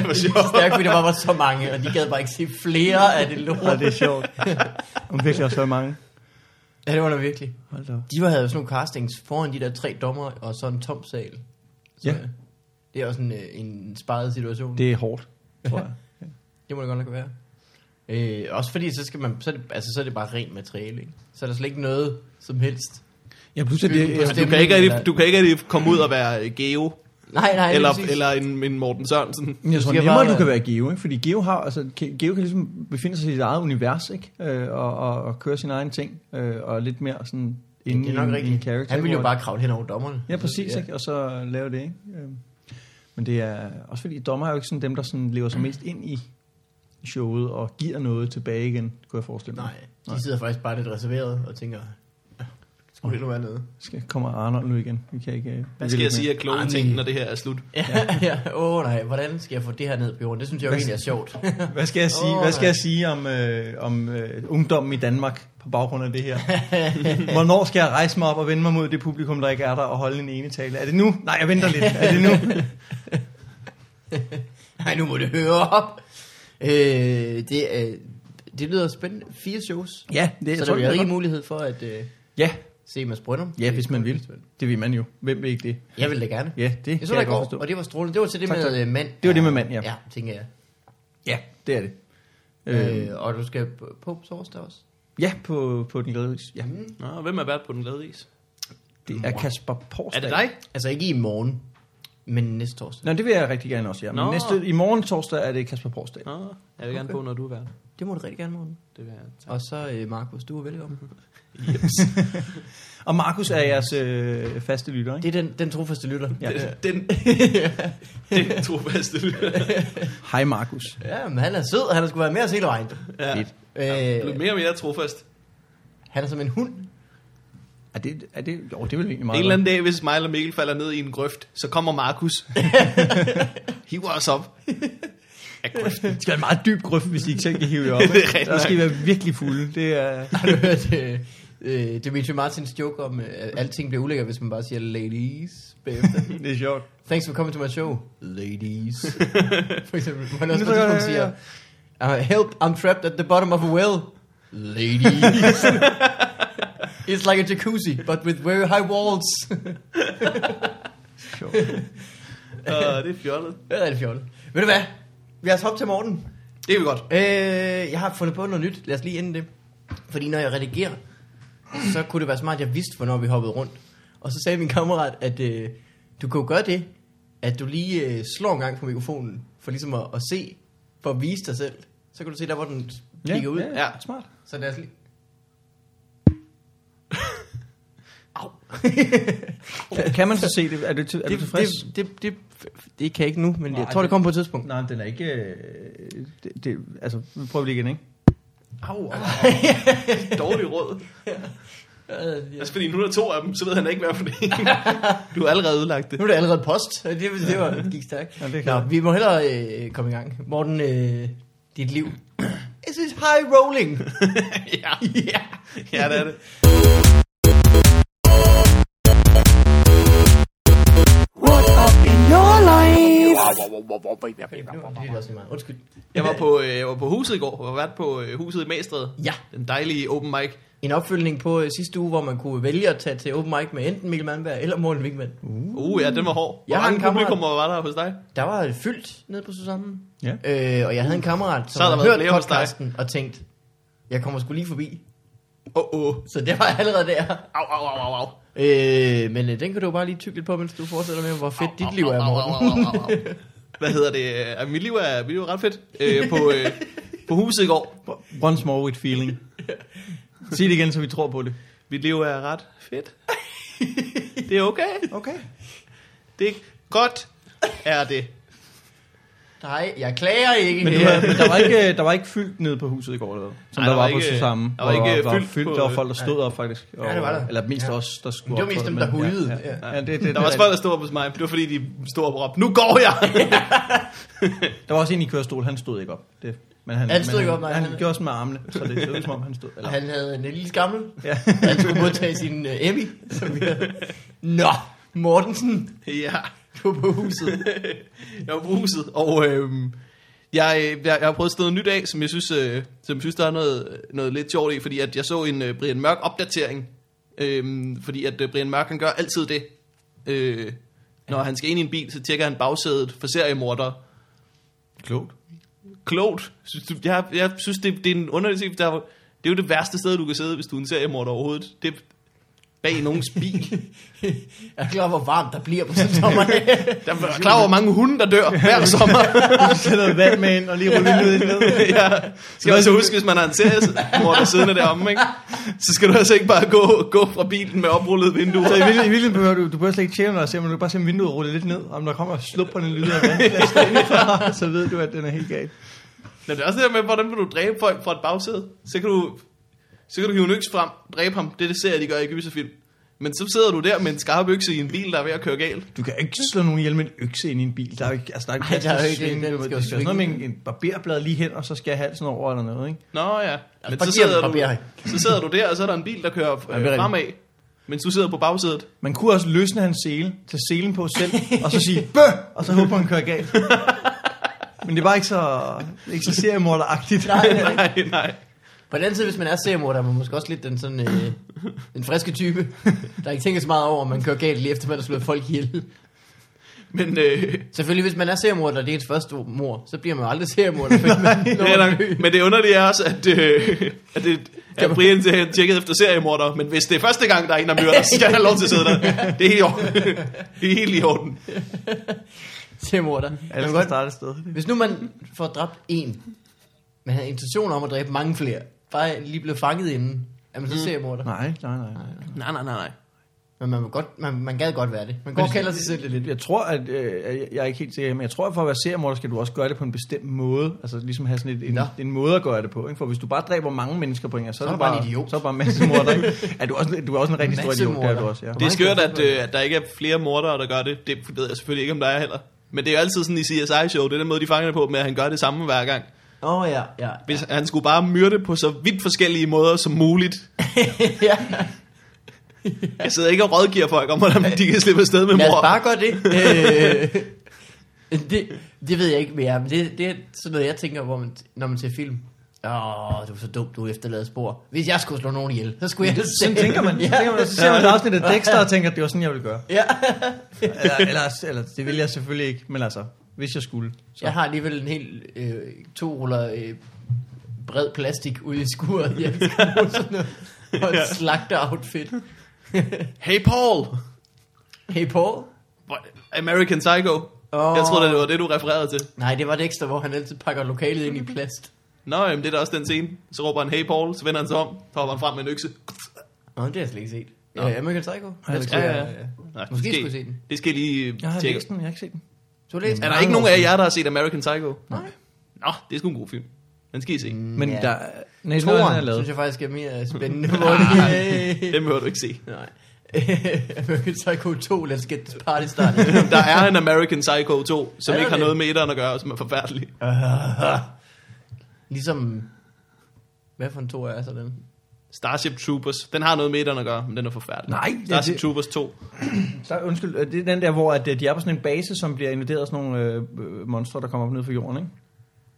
Speaker 3: hvor
Speaker 1: er
Speaker 3: sjovt.
Speaker 1: stærkt, fordi der bare var så mange, og de gad bare ikke se flere af det lort.
Speaker 2: Og det er sjovt. Hun virkelig også så mange.
Speaker 1: Ja, det var der virkelig.
Speaker 2: Hold da op.
Speaker 1: De var, havde jo sådan nogle castings foran de der tre dommer og så en tom sal. Så,
Speaker 2: Ja.
Speaker 1: øh, Det er også en, øh, en sparet situation.
Speaker 2: Det er hårdt, tror jeg.
Speaker 1: Det må det godt nok være. Øh, også fordi, så, skal man, så, er det, altså, så er det bare rent materiale, ikke? Så er der slet ikke noget som helst.
Speaker 2: (laughs) Ja, pludselig det,
Speaker 1: Skylden på
Speaker 2: ja,
Speaker 3: Altså, Du kan ikke rigtig, du kan ikke rigtig komme ud og være øh, Geo,
Speaker 1: Nej, nej,
Speaker 3: eller,
Speaker 1: præcis.
Speaker 3: eller en, en Morten Sørensen.
Speaker 2: men jeg tror
Speaker 1: Du skal
Speaker 2: nemmere,
Speaker 1: bare-
Speaker 2: du kan være Geo, ikke? Fordi Geo, har, altså, Ke- Geo kan ligesom befinde sig i sit eget univers, ikke? Øh, og, og, og køre sin egen ting, øh, og lidt mere sådan inde
Speaker 1: det er
Speaker 2: i
Speaker 1: nok
Speaker 2: en- i en
Speaker 1: rigtigt.
Speaker 2: character.
Speaker 1: Han ville jo
Speaker 2: hvor-
Speaker 1: bare kravle hen over dommerne.
Speaker 2: Ja, præcis, ikke? Og så lave det, ikke? Øh, Men det er også fordi, dommer er jo ikke sådan dem, der sådan lever sig mest ind i showet og giver noget tilbage igen, kunne jeg forestille mig.
Speaker 1: Nej, de sidder faktisk bare lidt reserveret og tænker, "Ah, skulle det nu være noget?
Speaker 2: Skal, kommer Arnold nu igen? Vi kan ikke... øh, vi
Speaker 3: Hvad
Speaker 2: kan
Speaker 3: skal jeg
Speaker 2: ikke
Speaker 3: sige
Speaker 2: mere.
Speaker 3: af kloge
Speaker 1: Arne.
Speaker 3: ting, når det her er slut?
Speaker 1: Ja, (laughs) ja. Åh oh, nej, hvordan skal jeg få det her ned på jorden? Det synes jeg jo
Speaker 2: Hvad-
Speaker 1: egentlig er sjovt. (laughs)
Speaker 2: Hvad skal jeg sige,
Speaker 1: Åh,
Speaker 2: hvad skal
Speaker 1: nej.
Speaker 2: jeg sige om, øh, om øh, ungdommen i Danmark på baggrund af det (laughs) her? Hvornår skal jeg rejse mig op og vende mig mod det publikum, der ikke er der, og holde en ene tale? Er det nu? Nej, jeg venter lidt. Er det nu?
Speaker 1: Nej, nu må det høre op. Øh, det, øh, det lyder spændende. Fire shows.
Speaker 2: (laughs) Ja, det
Speaker 1: så
Speaker 2: jeg
Speaker 1: der
Speaker 2: tror,
Speaker 1: bliver
Speaker 2: det
Speaker 1: rig
Speaker 2: er godt.
Speaker 1: mulighed for at øh,
Speaker 2: Ja,
Speaker 1: se Mads Brøndum.
Speaker 2: ja, hvis man vil. Det vil man jo. Hvem vil ikke det?
Speaker 1: Jeg vil da gerne.
Speaker 2: Ja, det
Speaker 1: Jeg
Speaker 2: kan
Speaker 1: så dig i
Speaker 2: jeg godt
Speaker 1: går,
Speaker 2: forstå.
Speaker 1: og det var strålende. Det var til det
Speaker 2: Tak,
Speaker 1: med
Speaker 2: tak.
Speaker 1: øh, mand.
Speaker 2: Det var det med mand, ja.
Speaker 1: Ja, tænker jeg.
Speaker 2: Ja, det er det. Øh,
Speaker 1: Øh, og du skal på- på torsdag også. Mm.
Speaker 2: ja, på, på den glade is. Ja.
Speaker 3: Nå, hvem er vært på den glade is?
Speaker 2: Det er Kasper Porsdag.
Speaker 3: Er det dig?
Speaker 1: Altså ikke i morgen, men næste torsdag.
Speaker 2: Nå, det vil jeg rigtig gerne også, ja. Men
Speaker 3: Nå.
Speaker 2: næste, i morgen torsdag er det Kasper Porsdag.
Speaker 3: Nå, jeg vil gerne på, når du er vært.
Speaker 1: Det må du rigtig gerne, Morten.
Speaker 3: Det vil jeg tage.
Speaker 1: Og så, øh, Markus, du er velkommen.
Speaker 2: Og Markus er jeres øh, faste lytter, ikke?
Speaker 1: Det er den, den trofaste lytter.
Speaker 2: Ja.
Speaker 3: Den, den trofaste lytter.
Speaker 2: Hej Markus.
Speaker 1: Ja, men han er sød, han har sgu været med os hele vejen.
Speaker 3: Ja.
Speaker 2: Fedt.
Speaker 3: Blev
Speaker 1: Øh,
Speaker 3: mere og mere trofast.
Speaker 1: han er som en hund. (laughs)
Speaker 2: Er det, er det, jo, det er vel egentlig
Speaker 3: En
Speaker 2: meget
Speaker 3: eller anden dag, hvis mig eller Mikkel falder ned i en grøft, så kommer Markus. Hiver os op. Af grøften.
Speaker 2: Det skal være en meget dyb grøft, hvis I ikke selv kan hive (laughs) jer op.
Speaker 3: Det er
Speaker 2: ikke?
Speaker 3: rigtigt
Speaker 2: Der skal I
Speaker 3: nok.
Speaker 2: være virkelig fulde. Det er...
Speaker 1: Har du hørt øh, øh, Dimitri Martins joke om, øh, at alting bliver ulækkert, hvis man bare siger ladies bagefter?
Speaker 2: Det er sjovt.
Speaker 1: Thanks for coming to my show. Ladies. for eksempel, hvor han også på
Speaker 2: Ja,
Speaker 1: et
Speaker 2: ja, ja.
Speaker 1: tidspunkt siger, uh, help, I'm trapped at the bottom of a well. Ladies. It's like a jacuzzi, but with very high walls.
Speaker 2: sjovt.
Speaker 3: Åh, det er fjollet.
Speaker 1: det er lidt fjollet. Ved du hvad? Vi har hoppe til Morten.
Speaker 3: Det er vi godt.
Speaker 1: Øh, jeg har fundet på noget nyt. Lad os lige ende det. Fordi når jeg redigerer, så kunne det være smart, at jeg vidste, hvornår vi hoppede rundt. Og så sagde min kammerat, at øh, du kunne jo gøre det, at du lige øh, slår en gang på mikrofonen, for ligesom at, at se, for at vise dig selv. Så kan du se der, hvor den kigger ud.
Speaker 2: ja, ja, smart.
Speaker 1: Så lad os lige... (laughs) Au.
Speaker 2: Kan man så se det? Er du, til, er du
Speaker 1: det,
Speaker 2: tilfreds?
Speaker 1: det, det, det, det kan jeg ikke nu, men Nej, jeg
Speaker 2: Nej,
Speaker 1: tror, det
Speaker 2: det-
Speaker 1: kommer på et tidspunkt.
Speaker 2: Nej, men den er ikke... Øh, det, det, altså, vi prøver lige igen, ikke?
Speaker 3: Au, au, au. (laughs) Dårlig råd.
Speaker 1: Øh, ja.
Speaker 3: Altså, fordi nu er der to af dem, så ved han ikke, hvad for det er. Du har allerede ødelagt det.
Speaker 1: Nu er det allerede post. Det, det var det gik stærkt.
Speaker 2: Ja, det er
Speaker 1: Nå,
Speaker 2: klart.
Speaker 1: vi må hellere øh, komme i gang. Morten, øh, dit liv. This is high rolling.
Speaker 3: (laughs) ja.
Speaker 1: ja.
Speaker 3: ja, det er det.
Speaker 4: What up in your life?
Speaker 1: Det er også lige meget. Undskyld.
Speaker 3: Jeg var på, øh, jeg var på huset i går. Jeg var vært på øh, huset i Magstræde.
Speaker 1: Ja,
Speaker 3: Den dejlige open mic.
Speaker 1: en opfølgning på øh, sidste uge, hvor man kunne vælge at tage til open mic med enten Mikkel Mandberg eller Morten Wigman.
Speaker 3: Uh, ja, den var hård. Hvor
Speaker 1: Jeg har en
Speaker 3: mange
Speaker 1: kammerat-
Speaker 3: publikummer var der hos dig?
Speaker 1: Der var øh, fyldt nede på Susanne.
Speaker 2: Ja.
Speaker 1: Øh, og jeg havde en kammerat, som
Speaker 3: Så har der
Speaker 1: havde hørt
Speaker 3: været flere hos dig.
Speaker 1: podcasten og tænkt, jeg kommer sgu lige forbi.
Speaker 3: Åh, oh, åh. Oh.
Speaker 1: Så det var allerede der.
Speaker 3: Au, au, au, au, au.
Speaker 1: Øh, men øh, den kan du jo bare lige tykke lidt på, mens du fortsætter med, hvor fedt
Speaker 3: Au,
Speaker 1: dit
Speaker 3: au,
Speaker 1: liv er,
Speaker 3: au, au,
Speaker 1: Morten.
Speaker 3: au, (laughs) au, au, au. Hvad hedder det? Ja, mit liv er, mit liv er ret fedt. Øh, på, øh, på huset i går.
Speaker 2: Once more with (laughs) feeling. Sig det igen, så vi tror på det.
Speaker 3: Mit liv er ret fedt. (laughs) Det er okay.
Speaker 2: Okay.
Speaker 3: Det er godt, er det.
Speaker 1: Nej, jeg klager ikke.
Speaker 2: Men, du, havde- men der, var ikke, øh, der var ikke fyldt nede på huset i går, eller hvad? Som
Speaker 3: Nej,
Speaker 2: Ej, der, var,
Speaker 3: der var
Speaker 2: på
Speaker 3: ikke-
Speaker 2: Susamme.
Speaker 3: der var
Speaker 2: hvor
Speaker 3: ikke
Speaker 2: der var
Speaker 3: fyldt
Speaker 2: fyldt,
Speaker 3: på-
Speaker 2: der var folk, der stod op faktisk. Og,
Speaker 1: Ja, det var der.
Speaker 2: Eller mest
Speaker 1: Ja.
Speaker 2: os, der
Speaker 1: Men
Speaker 2: skulle
Speaker 1: det var
Speaker 2: op
Speaker 1: mest
Speaker 2: for
Speaker 1: dem,
Speaker 2: men
Speaker 1: der hujede.
Speaker 2: Ja, ja, ja. ja, det, det,
Speaker 3: Der var også folk, der stod op hos mig. Det var fordi, de stod op og råbte, nu går jeg!
Speaker 2: Der var også en i kørestol, han stod ikke op. Det, men han,
Speaker 1: Han stod
Speaker 2: men
Speaker 1: ikke op, nej,
Speaker 2: Han,
Speaker 1: han-
Speaker 2: han gjorde sådan med armene, så det så ud som om, han stod. Eller,
Speaker 1: Han havde en lille skammel.
Speaker 2: ja.
Speaker 1: Han skulle modtage sin uh, Emmy. Som vi havde. Nå, Mortensen,
Speaker 3: ja,
Speaker 1: du er (laughs) på
Speaker 3: (laughs)
Speaker 1: huset.
Speaker 3: jeg var på huset, og øhm, jeg, øh, jeg, jeg har prøvet at stå noget nyt af, som jeg synes, øh, som jeg synes der er noget, noget lidt sjovt i, fordi at jeg så en øh, Brian Mørk opdatering, øhm, fordi at øh, Brian Mørk, han gør altid det. Øh, når han skal ind i en bil, så tjekker han bagsædet for seriemordere,
Speaker 2: Klogt.
Speaker 3: klogt. Synes du- Jeg, jeg synes, det, det er en underlig ting. Der, er jo- det er jo det værste sted, du kan sidde, hvis du er en seriemorder overhovedet. Det er bag nogens bil.
Speaker 1: Jeg er klar, hvor varmt der bliver på sådan en sommerdag.
Speaker 3: Der er klar over hvor mange hunde, der dør hver sommer.
Speaker 2: (laughs) Du sætter noget vand med ind og lige ruller lidt
Speaker 1: (laughs)
Speaker 2: ned.
Speaker 3: ja. Skal man så huske, hvis man har en seriemorder siddende deromme, ikke? så skal du altså ikke bare gå, gå fra bilen med oprullede vinduer.
Speaker 2: Så i virkeligheden, i virkeligheden behøver du, du behøver slet ikke tjene dig, men du kan bare se vinduet rulle lidt ned. Om der kommer slupperne lyder af vandflasker indefra, så ved du, at den er helt galt.
Speaker 3: Men det er også det der med, hvordan vil du dræbe folk fra et bagsæde? Så kan du, så kan du hive en økse frem, dræbe ham. Det er det serier, de gør i gyserfilm. Men så sidder du der med en skarp økse i en bil, der er ved at køre galt.
Speaker 2: Du kan ikke slå nogen ihjel med en økse ind i en bil. Der er jo ikke, altså, der er ikke
Speaker 1: Ej,
Speaker 2: plads
Speaker 1: der er
Speaker 2: til
Speaker 1: jo
Speaker 2: at
Speaker 1: ikke-
Speaker 2: svinge.
Speaker 1: den
Speaker 2: Du-
Speaker 1: skal jo
Speaker 2: Det skal jo sådan
Speaker 1: svinge.
Speaker 2: noget med en, en barberblad lige hen, og så skal jeg halsen over eller noget, ikke?
Speaker 3: Nå ja,
Speaker 1: bare giver
Speaker 3: men så
Speaker 1: den
Speaker 3: sidder,
Speaker 1: fra
Speaker 3: du,
Speaker 1: Bjerg.
Speaker 3: så sidder du der, og så er der en bil, der kører
Speaker 2: det er
Speaker 3: øh,
Speaker 2: rigtigt.
Speaker 3: fremad, mens du sidder på bagsædet.
Speaker 2: Man kunne også løsne hans sele, tage selen på selv, og så sige, bø, og så håber han kører galt. Men det er bare ikke så, ikke så seriemorderagtigt.
Speaker 1: Nej, det er rigtigt.
Speaker 3: nej, nej.
Speaker 1: På den anden side, hvis man er seriemorder, er man måske også lidt den sådan... (laughs) Øh, den friske type, der ikke tænker så meget over, om man kører galt lige efter, man har slået folk ihjel.
Speaker 3: Men øh,
Speaker 1: Selvfølgelig, hvis man er seriemorder, og det er ens første mor, så bliver man jo aldrig seriemorder. fordi (laughs) man
Speaker 3: det er nok, men det underlige er også, at, øh, at, det, at Brian t- tjekkede efter seriemorder, men hvis det er første gang, der er en, der myrder, så skal han have lov til at sidde der. Det er helt i orden. Det er helt i orden.
Speaker 1: seriemorder. Man
Speaker 2: Alle
Speaker 1: kan
Speaker 2: skal
Speaker 1: godt
Speaker 2: starte et sted.
Speaker 1: Hvis nu man får dræbt en, man havde intention om at dræbe mange flere. Bare lige blev fanget inden. Jamen, så mm. ser jeg morder.
Speaker 2: Nej, nej, nej.
Speaker 3: Nej, nej, nej, nej.
Speaker 1: Men man, må godt, man, man gad godt være det. Man går kalder sig selv det lidt.
Speaker 2: Jeg tror, at øh, jeg- jeg er ikke helt sikker, men jeg tror, at for at være seriemorder, skal du også gøre det på en bestemt måde. Altså ligesom have sådan et, en,
Speaker 1: Nå.
Speaker 2: en måde at gøre det på. Ikke? For hvis du bare dræber mange mennesker på en gang, så
Speaker 1: Så
Speaker 2: er du
Speaker 1: er du bare
Speaker 2: bare,
Speaker 1: en idiot.
Speaker 2: Så er du bare en masse morder. Ikke? Er du, også, du er også en rigtig stor idiot, det er
Speaker 1: Massemorder.
Speaker 2: du også, ja.
Speaker 3: Det er
Speaker 1: mange
Speaker 3: skørt,
Speaker 1: kan
Speaker 3: at, øh, at der ikke er flere mordere, der gør det. Det ved jeg selvfølgelig ikke, om der er heller. Men det er jo altid sådan i CSI-show, det er den måde, de fanger det på, med at han gør det samme hver gang.
Speaker 1: Åh, oh, ja, ja.
Speaker 3: Hvis han skulle bare myrde på så vidt forskellige måder som muligt.
Speaker 1: (laughs) ja.
Speaker 3: Jeg sidder ikke og rådgiver folk om, hvordan de kan slippe afsted med
Speaker 1: Lad os
Speaker 3: mord.
Speaker 1: bare gøre (laughs) det. øh, det. Det ved jeg ikke mere, men det, det er sådan noget, jeg tænker, hvor man, når man ser film. Åh, oh, du er så dum, du efterlader spor. Hvis jeg skulle slå nogen ihjel, så skulle jeg det
Speaker 2: Sådan
Speaker 1: (laughs)
Speaker 2: tænker man. Så tænker man, så ser man et afsnit af Dexter og tænker, at det var sådan, jeg ville gøre.
Speaker 1: Ja.
Speaker 2: Eller, eller, eller det ville jeg selvfølgelig ikke, men altså, hvis jeg skulle. Så.
Speaker 1: Jeg har alligevel en hel øh, to ruller øh, bred plastik ude i skuret. Jeg skal bruge sådan noget. Og et slagter-outfit.
Speaker 3: Hey Paul!
Speaker 1: Hey Paul?
Speaker 3: Hvor- American Psycho.
Speaker 1: Åh.
Speaker 3: Jeg troede, det var det, du refererede til.
Speaker 1: Nej, det var det ekstra, hvor han altid pakker lokalet ind i plast.
Speaker 3: Nå, jamen, det er da også den scene. Så råber han, hey Paul, så vender han sig om, så hopper han frem med en økse.
Speaker 1: Nå, det har jeg slet ikke set.
Speaker 3: Nå.
Speaker 1: Ja, American Psycho?
Speaker 2: Ja, det
Speaker 1: Den skal
Speaker 2: kan
Speaker 1: jeg-
Speaker 3: Nej,
Speaker 1: Måske skulle jeg se den.
Speaker 3: Det skal jeg lige øh,
Speaker 2: Jeg har
Speaker 3: tjekke.
Speaker 2: læst den, jeg har ikke set den.
Speaker 1: Du har læst
Speaker 3: Er der
Speaker 1: den?
Speaker 3: ikke nogen af jer, der har set American Psycho?
Speaker 1: Nej.
Speaker 3: Nå, det er sgu en god film. Den skal I se. Mm.
Speaker 2: Men
Speaker 1: Ja.
Speaker 2: der, nej, sådan noget, den er
Speaker 1: Toren, synes
Speaker 2: lavet.
Speaker 1: jeg faktisk er
Speaker 3: (laughs)
Speaker 1: mere spændende.
Speaker 3: Den behøver du ikke se. (laughs)
Speaker 1: Nej. (laughs) American Psycho 2, let's get this party started. (laughs)
Speaker 3: Der er en American Psycho 2, som
Speaker 1: Er der
Speaker 3: ikke har
Speaker 1: det?
Speaker 3: noget med etteren at gøre, som er forfærdelig.
Speaker 1: ligesom, hvad for en to er så den?
Speaker 3: Starship Troopers. Den har noget med etteren at gøre, men den er forfærdelig.
Speaker 2: Nej, det er
Speaker 3: Starship
Speaker 2: det.
Speaker 3: Troopers 2.
Speaker 2: Så, undskyld, øh, det er den der, hvor at, øh, de er på sådan en base, som bliver invaderet af sådan nogle øh, øh, monstre, der kommer op ned fra jorden, ikke?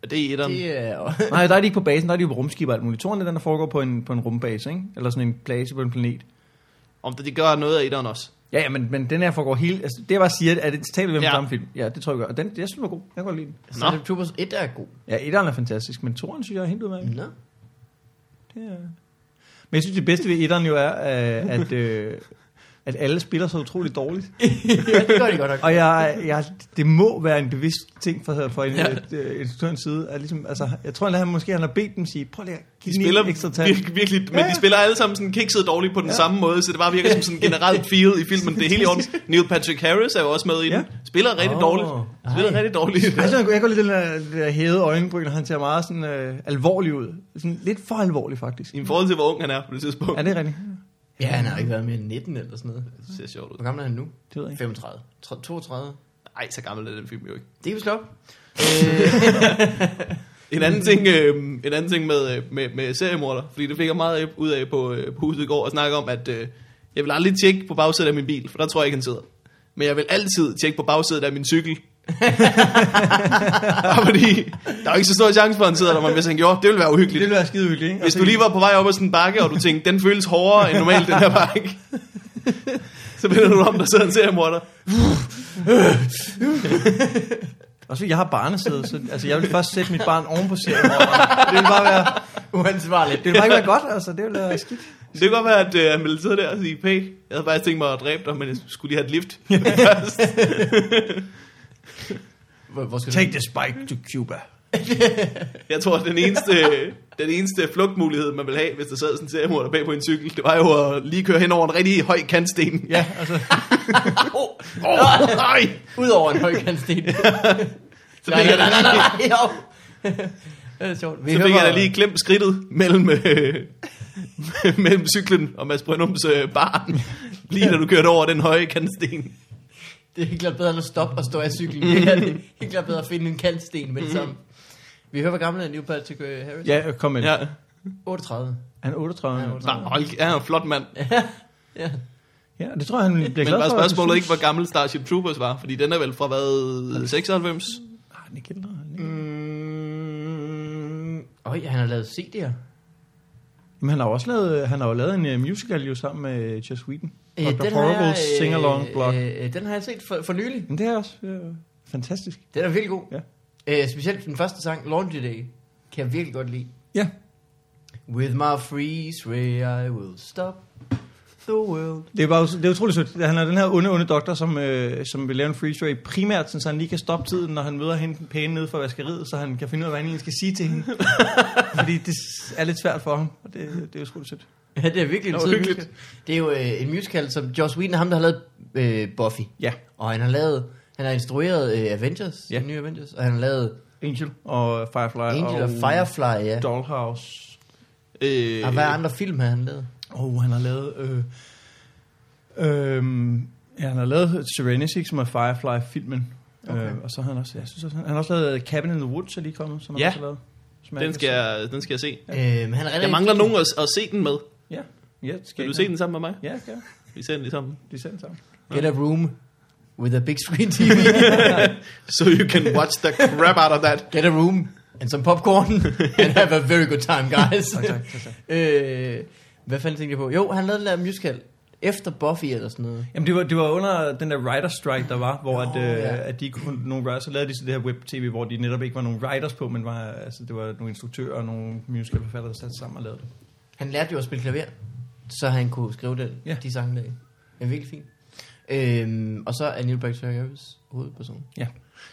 Speaker 3: Er Det er etteren.
Speaker 1: Det er
Speaker 3: (laughs)
Speaker 1: jo...
Speaker 2: Nej, der er de ikke på basen, der er de jo på rumskib og alt muligt. Toren er den, der foregår på en, på en rumbase, ikke? Eller sådan en base på en planet.
Speaker 3: Om det, det gør noget af etteren også.
Speaker 2: Ja, ja, men, men den her foregår hele... Altså, det jeg bare siger, at det taler vi om
Speaker 3: Ja.
Speaker 2: ja. samme film. Ja, det tror jeg vi gør. Og den, jeg synes, den var god. Jeg kan godt lide den.
Speaker 1: Så det Troopers 1 er god.
Speaker 2: Ja, etteren er fantastisk, men toren synes jeg er helt udmærket.
Speaker 1: Nå.
Speaker 2: Det er... Men jeg synes, det bedste ved etteren jo er, øh, at, øh, at alle spiller så utroligt dårligt.
Speaker 1: (laughs) ja, det gør de godt nok.
Speaker 2: Og jeg, jeg, det må være en bevidst ting fra, fra en,
Speaker 1: Ja.
Speaker 2: ja. øh, instruktørens side. At ligesom, altså, jeg tror, at han måske han har bedt dem sige, prøv lige at give
Speaker 3: De
Speaker 2: den en
Speaker 3: spiller
Speaker 2: ekstra tand.
Speaker 3: vir- virkelig, men
Speaker 2: Ja, ja.
Speaker 3: de spiller alle sammen sådan kikset dårligt på den ja. samme måde, så det bare virker som
Speaker 2: (laughs)
Speaker 3: sådan generelt feel i filmen. Det er helt i orden. Neil Patrick Harris er jo også med i den.
Speaker 2: Ja.
Speaker 3: Spiller rigtig
Speaker 1: Åh,
Speaker 3: dårligt. Spiller
Speaker 1: ej.
Speaker 3: rigtig
Speaker 2: (laughs)
Speaker 3: dårligt.
Speaker 2: Jeg, synes, Altså, jeg kan godt lide den der, det der hævede øjenbryn, og han ser meget sådan, øh, alvorlig ud. Sådan lidt for alvorlig, faktisk.
Speaker 3: I forhold til, hvor ung han er på det tidspunkt.
Speaker 2: Er det rigtigt?
Speaker 1: Ja, han har ikke været mere end 19 eller sådan noget.
Speaker 3: Det ser sjovt ud.
Speaker 1: Hvor gammel er han nu?
Speaker 2: Det ved jeg ikke.
Speaker 1: 35. Tre- 32.
Speaker 3: Ej, så gammel er den film jo ikke.
Speaker 1: Det kan vi slå op.
Speaker 3: En anden ting, øh, en anden ting med, øh, med, med seriemorder, fordi det fik jeg meget ud af på, øh, på huset i går, at snakke om, at øh, jeg vil aldrig tjekke på bagsædet af min bil, for der tror jeg ikke, han sidder. Men jeg vil altid tjekke på bagsædet af min cykel. (laughs) Bare fordi der er jo ikke så stor chance for, at han sidder der, men hvis han gjorde, det ville være
Speaker 2: Det
Speaker 3: uhyggeligt.
Speaker 2: ville være skide hyggeligt, ikke? Altså,
Speaker 3: Hvis du lige var på vej op ad sådan en bakke, og du tænkte, den føles hårdere end normalt, den her bakke. (laughs) Så vender du om, der sidder en seriemorder.
Speaker 2: Også fordi jeg har barnesæde, så altså, jeg vil først sætte mit barn oven på seriemorderen. Det vil bare være,
Speaker 1: Uansvarligt.
Speaker 2: det vil bare ikke være godt, altså. Det vil være skidt.
Speaker 3: Det kan godt være, at øh, han ville sidde der og sige, hey, jeg havde faktisk tænkt mig at dræbe dig, men jeg skulle lige have et lift først.
Speaker 1: Hvor, hvor skal
Speaker 2: Take the spike to Cuba.
Speaker 3: Jeg tror, at den eneste, den eneste flugtmulighed, man ville have, hvis der sad sådan en seriemorder bag på en cykel, det var jo at lige køre hen over en rigtig høj kantsten.
Speaker 2: Ja, altså.
Speaker 1: Oh,
Speaker 3: Åh, oh, nej!
Speaker 1: Udover en (laughs) højkantsten.
Speaker 3: Så
Speaker 1: nej,
Speaker 3: fik
Speaker 1: nej,
Speaker 3: jeg
Speaker 1: nej,
Speaker 3: da
Speaker 1: nej,
Speaker 3: lige,
Speaker 1: nej, jo. det er sjovt. Vi
Speaker 3: så
Speaker 1: hører
Speaker 3: fik jeg da
Speaker 1: bare-
Speaker 3: lige klemt skridtet mellem, øh, (laughs) mellem cyklen og Mads Brøndums øh, barn, lige da du kørte over den høje kantsten.
Speaker 1: Det er helt klart bedre end at stoppe og stå af cyklen. Det er det. helt klart bedre at finde en kantsten med det samme. Vi hører, hvor gammel er Neil Patrick øh, Harris?
Speaker 2: Ja, kom med.
Speaker 3: Ja.
Speaker 2: Ja.
Speaker 1: Yeah. 38.
Speaker 2: Han er 38.
Speaker 1: Han er
Speaker 3: Nå, hold, ja, han er en flot mand.
Speaker 1: Ja.
Speaker 2: Ja, det tror jeg, han bliver
Speaker 3: Men
Speaker 2: glad
Speaker 3: bare
Speaker 2: for. at du
Speaker 3: spørgsmålet ikke,
Speaker 2: synes.
Speaker 3: hvor gammel Starship Troopers var, fordi den er vel fra hvad, 96?
Speaker 2: Ah, den er ikke ældre, den er ikke-
Speaker 1: Mm. Øj, han har lavet CD'er.
Speaker 2: Jamen, han har jo også lavet, han har jo lavet en uh, musical jo sammen med Joss Whedon.
Speaker 1: Øh,
Speaker 2: Øh, Dr. Horrible's øh, sing-along blog. Øh,
Speaker 1: øh, den har jeg set for, for nylig.
Speaker 2: Men det er også øh, fantastisk.
Speaker 1: Den er virkelig god.
Speaker 2: Ja.
Speaker 1: Øh, specielt den første sang, Laundry Day, kan jeg virkelig godt lide.
Speaker 2: Ja.
Speaker 1: With my freeze ray, I will stop.
Speaker 3: the world.
Speaker 2: Det er, bare, det er utroligt sødt. Han er den her onde, onde doktor, som, øh, som vil lave en free story primært, sådan, så han lige kan stoppe tiden, når han møder hende den pæne nede fra vaskeriet, så han kan finde ud af, hvad han egentlig skal sige til
Speaker 1: (laughs)
Speaker 2: hende. Fordi det er lidt svært for ham, og det, det er utroligt sødt.
Speaker 1: Ja, det er virkelig en
Speaker 3: Nå,
Speaker 1: fed
Speaker 3: hyggeligt.
Speaker 1: musical. Det er jo øh, en musical, som Joss Whedon er ham, der har lavet øh, Buffy.
Speaker 2: Ja,
Speaker 1: Og han har lavet, han har instrueret øh, Avengers,
Speaker 2: Ja.
Speaker 1: yeah. nye Avengers, og han har lavet
Speaker 2: Angel og Firefly
Speaker 1: Angel
Speaker 2: og
Speaker 1: og Firefly, ja.
Speaker 2: Dollhouse.
Speaker 3: Øh,
Speaker 1: Og hvad andre film har han lavet?
Speaker 2: Og han har lavet... Øh, øh, ja, han har lavet Serenity, som er Firefly-filmen. Okay.
Speaker 1: Okay.
Speaker 2: Øh, og så har han også, jeg synes også, han har også lavet øh, Cabin in the Woods, er lige kommet, som
Speaker 3: Ja.
Speaker 2: han også har lavet. Som jeg
Speaker 3: den,
Speaker 2: ikke
Speaker 3: skal
Speaker 2: har
Speaker 3: jeg, den skal jeg se.
Speaker 1: Ja. Øhm, han er
Speaker 3: Jeg mangler nogen at, at se den med.
Speaker 2: set. Ja, ja det skal
Speaker 3: Skal
Speaker 2: jeg
Speaker 3: du
Speaker 2: ikke
Speaker 3: se
Speaker 2: have.
Speaker 3: den sammen med mig?
Speaker 2: Ja, det skal jeg.
Speaker 3: Vi ser den lige sammen.
Speaker 2: De ser den sammen.
Speaker 1: Get a room with a big screen TV.
Speaker 3: So you can watch the crap out of (laughs) that.
Speaker 1: Get a room and some popcorn and have a very good time, guys.
Speaker 2: (laughs) Tak, tak, tak, tak.
Speaker 1: øh, hvad fanden tænkte jeg på? Jo, han lavede en musical efter Buffy eller sådan noget.
Speaker 2: Jamen det var, det var under den der writer strike, der var, hvor at, øh,
Speaker 1: ja.
Speaker 2: at de ikke kunne nogle writers, så lavede de så det her web-tv, hvor de netop ikke var nogen writers på, men var, altså, det var nogle instruktører og nogle musicalforfattere, der satte sammen og lavede det.
Speaker 1: Han lærte jo at spille klaver, så han kunne skrive den,
Speaker 2: Ja.
Speaker 1: ja. de sange der. Det er virkelig fint. Øhm, og så er Neil Patrick Harris hovedperson.
Speaker 2: Ja.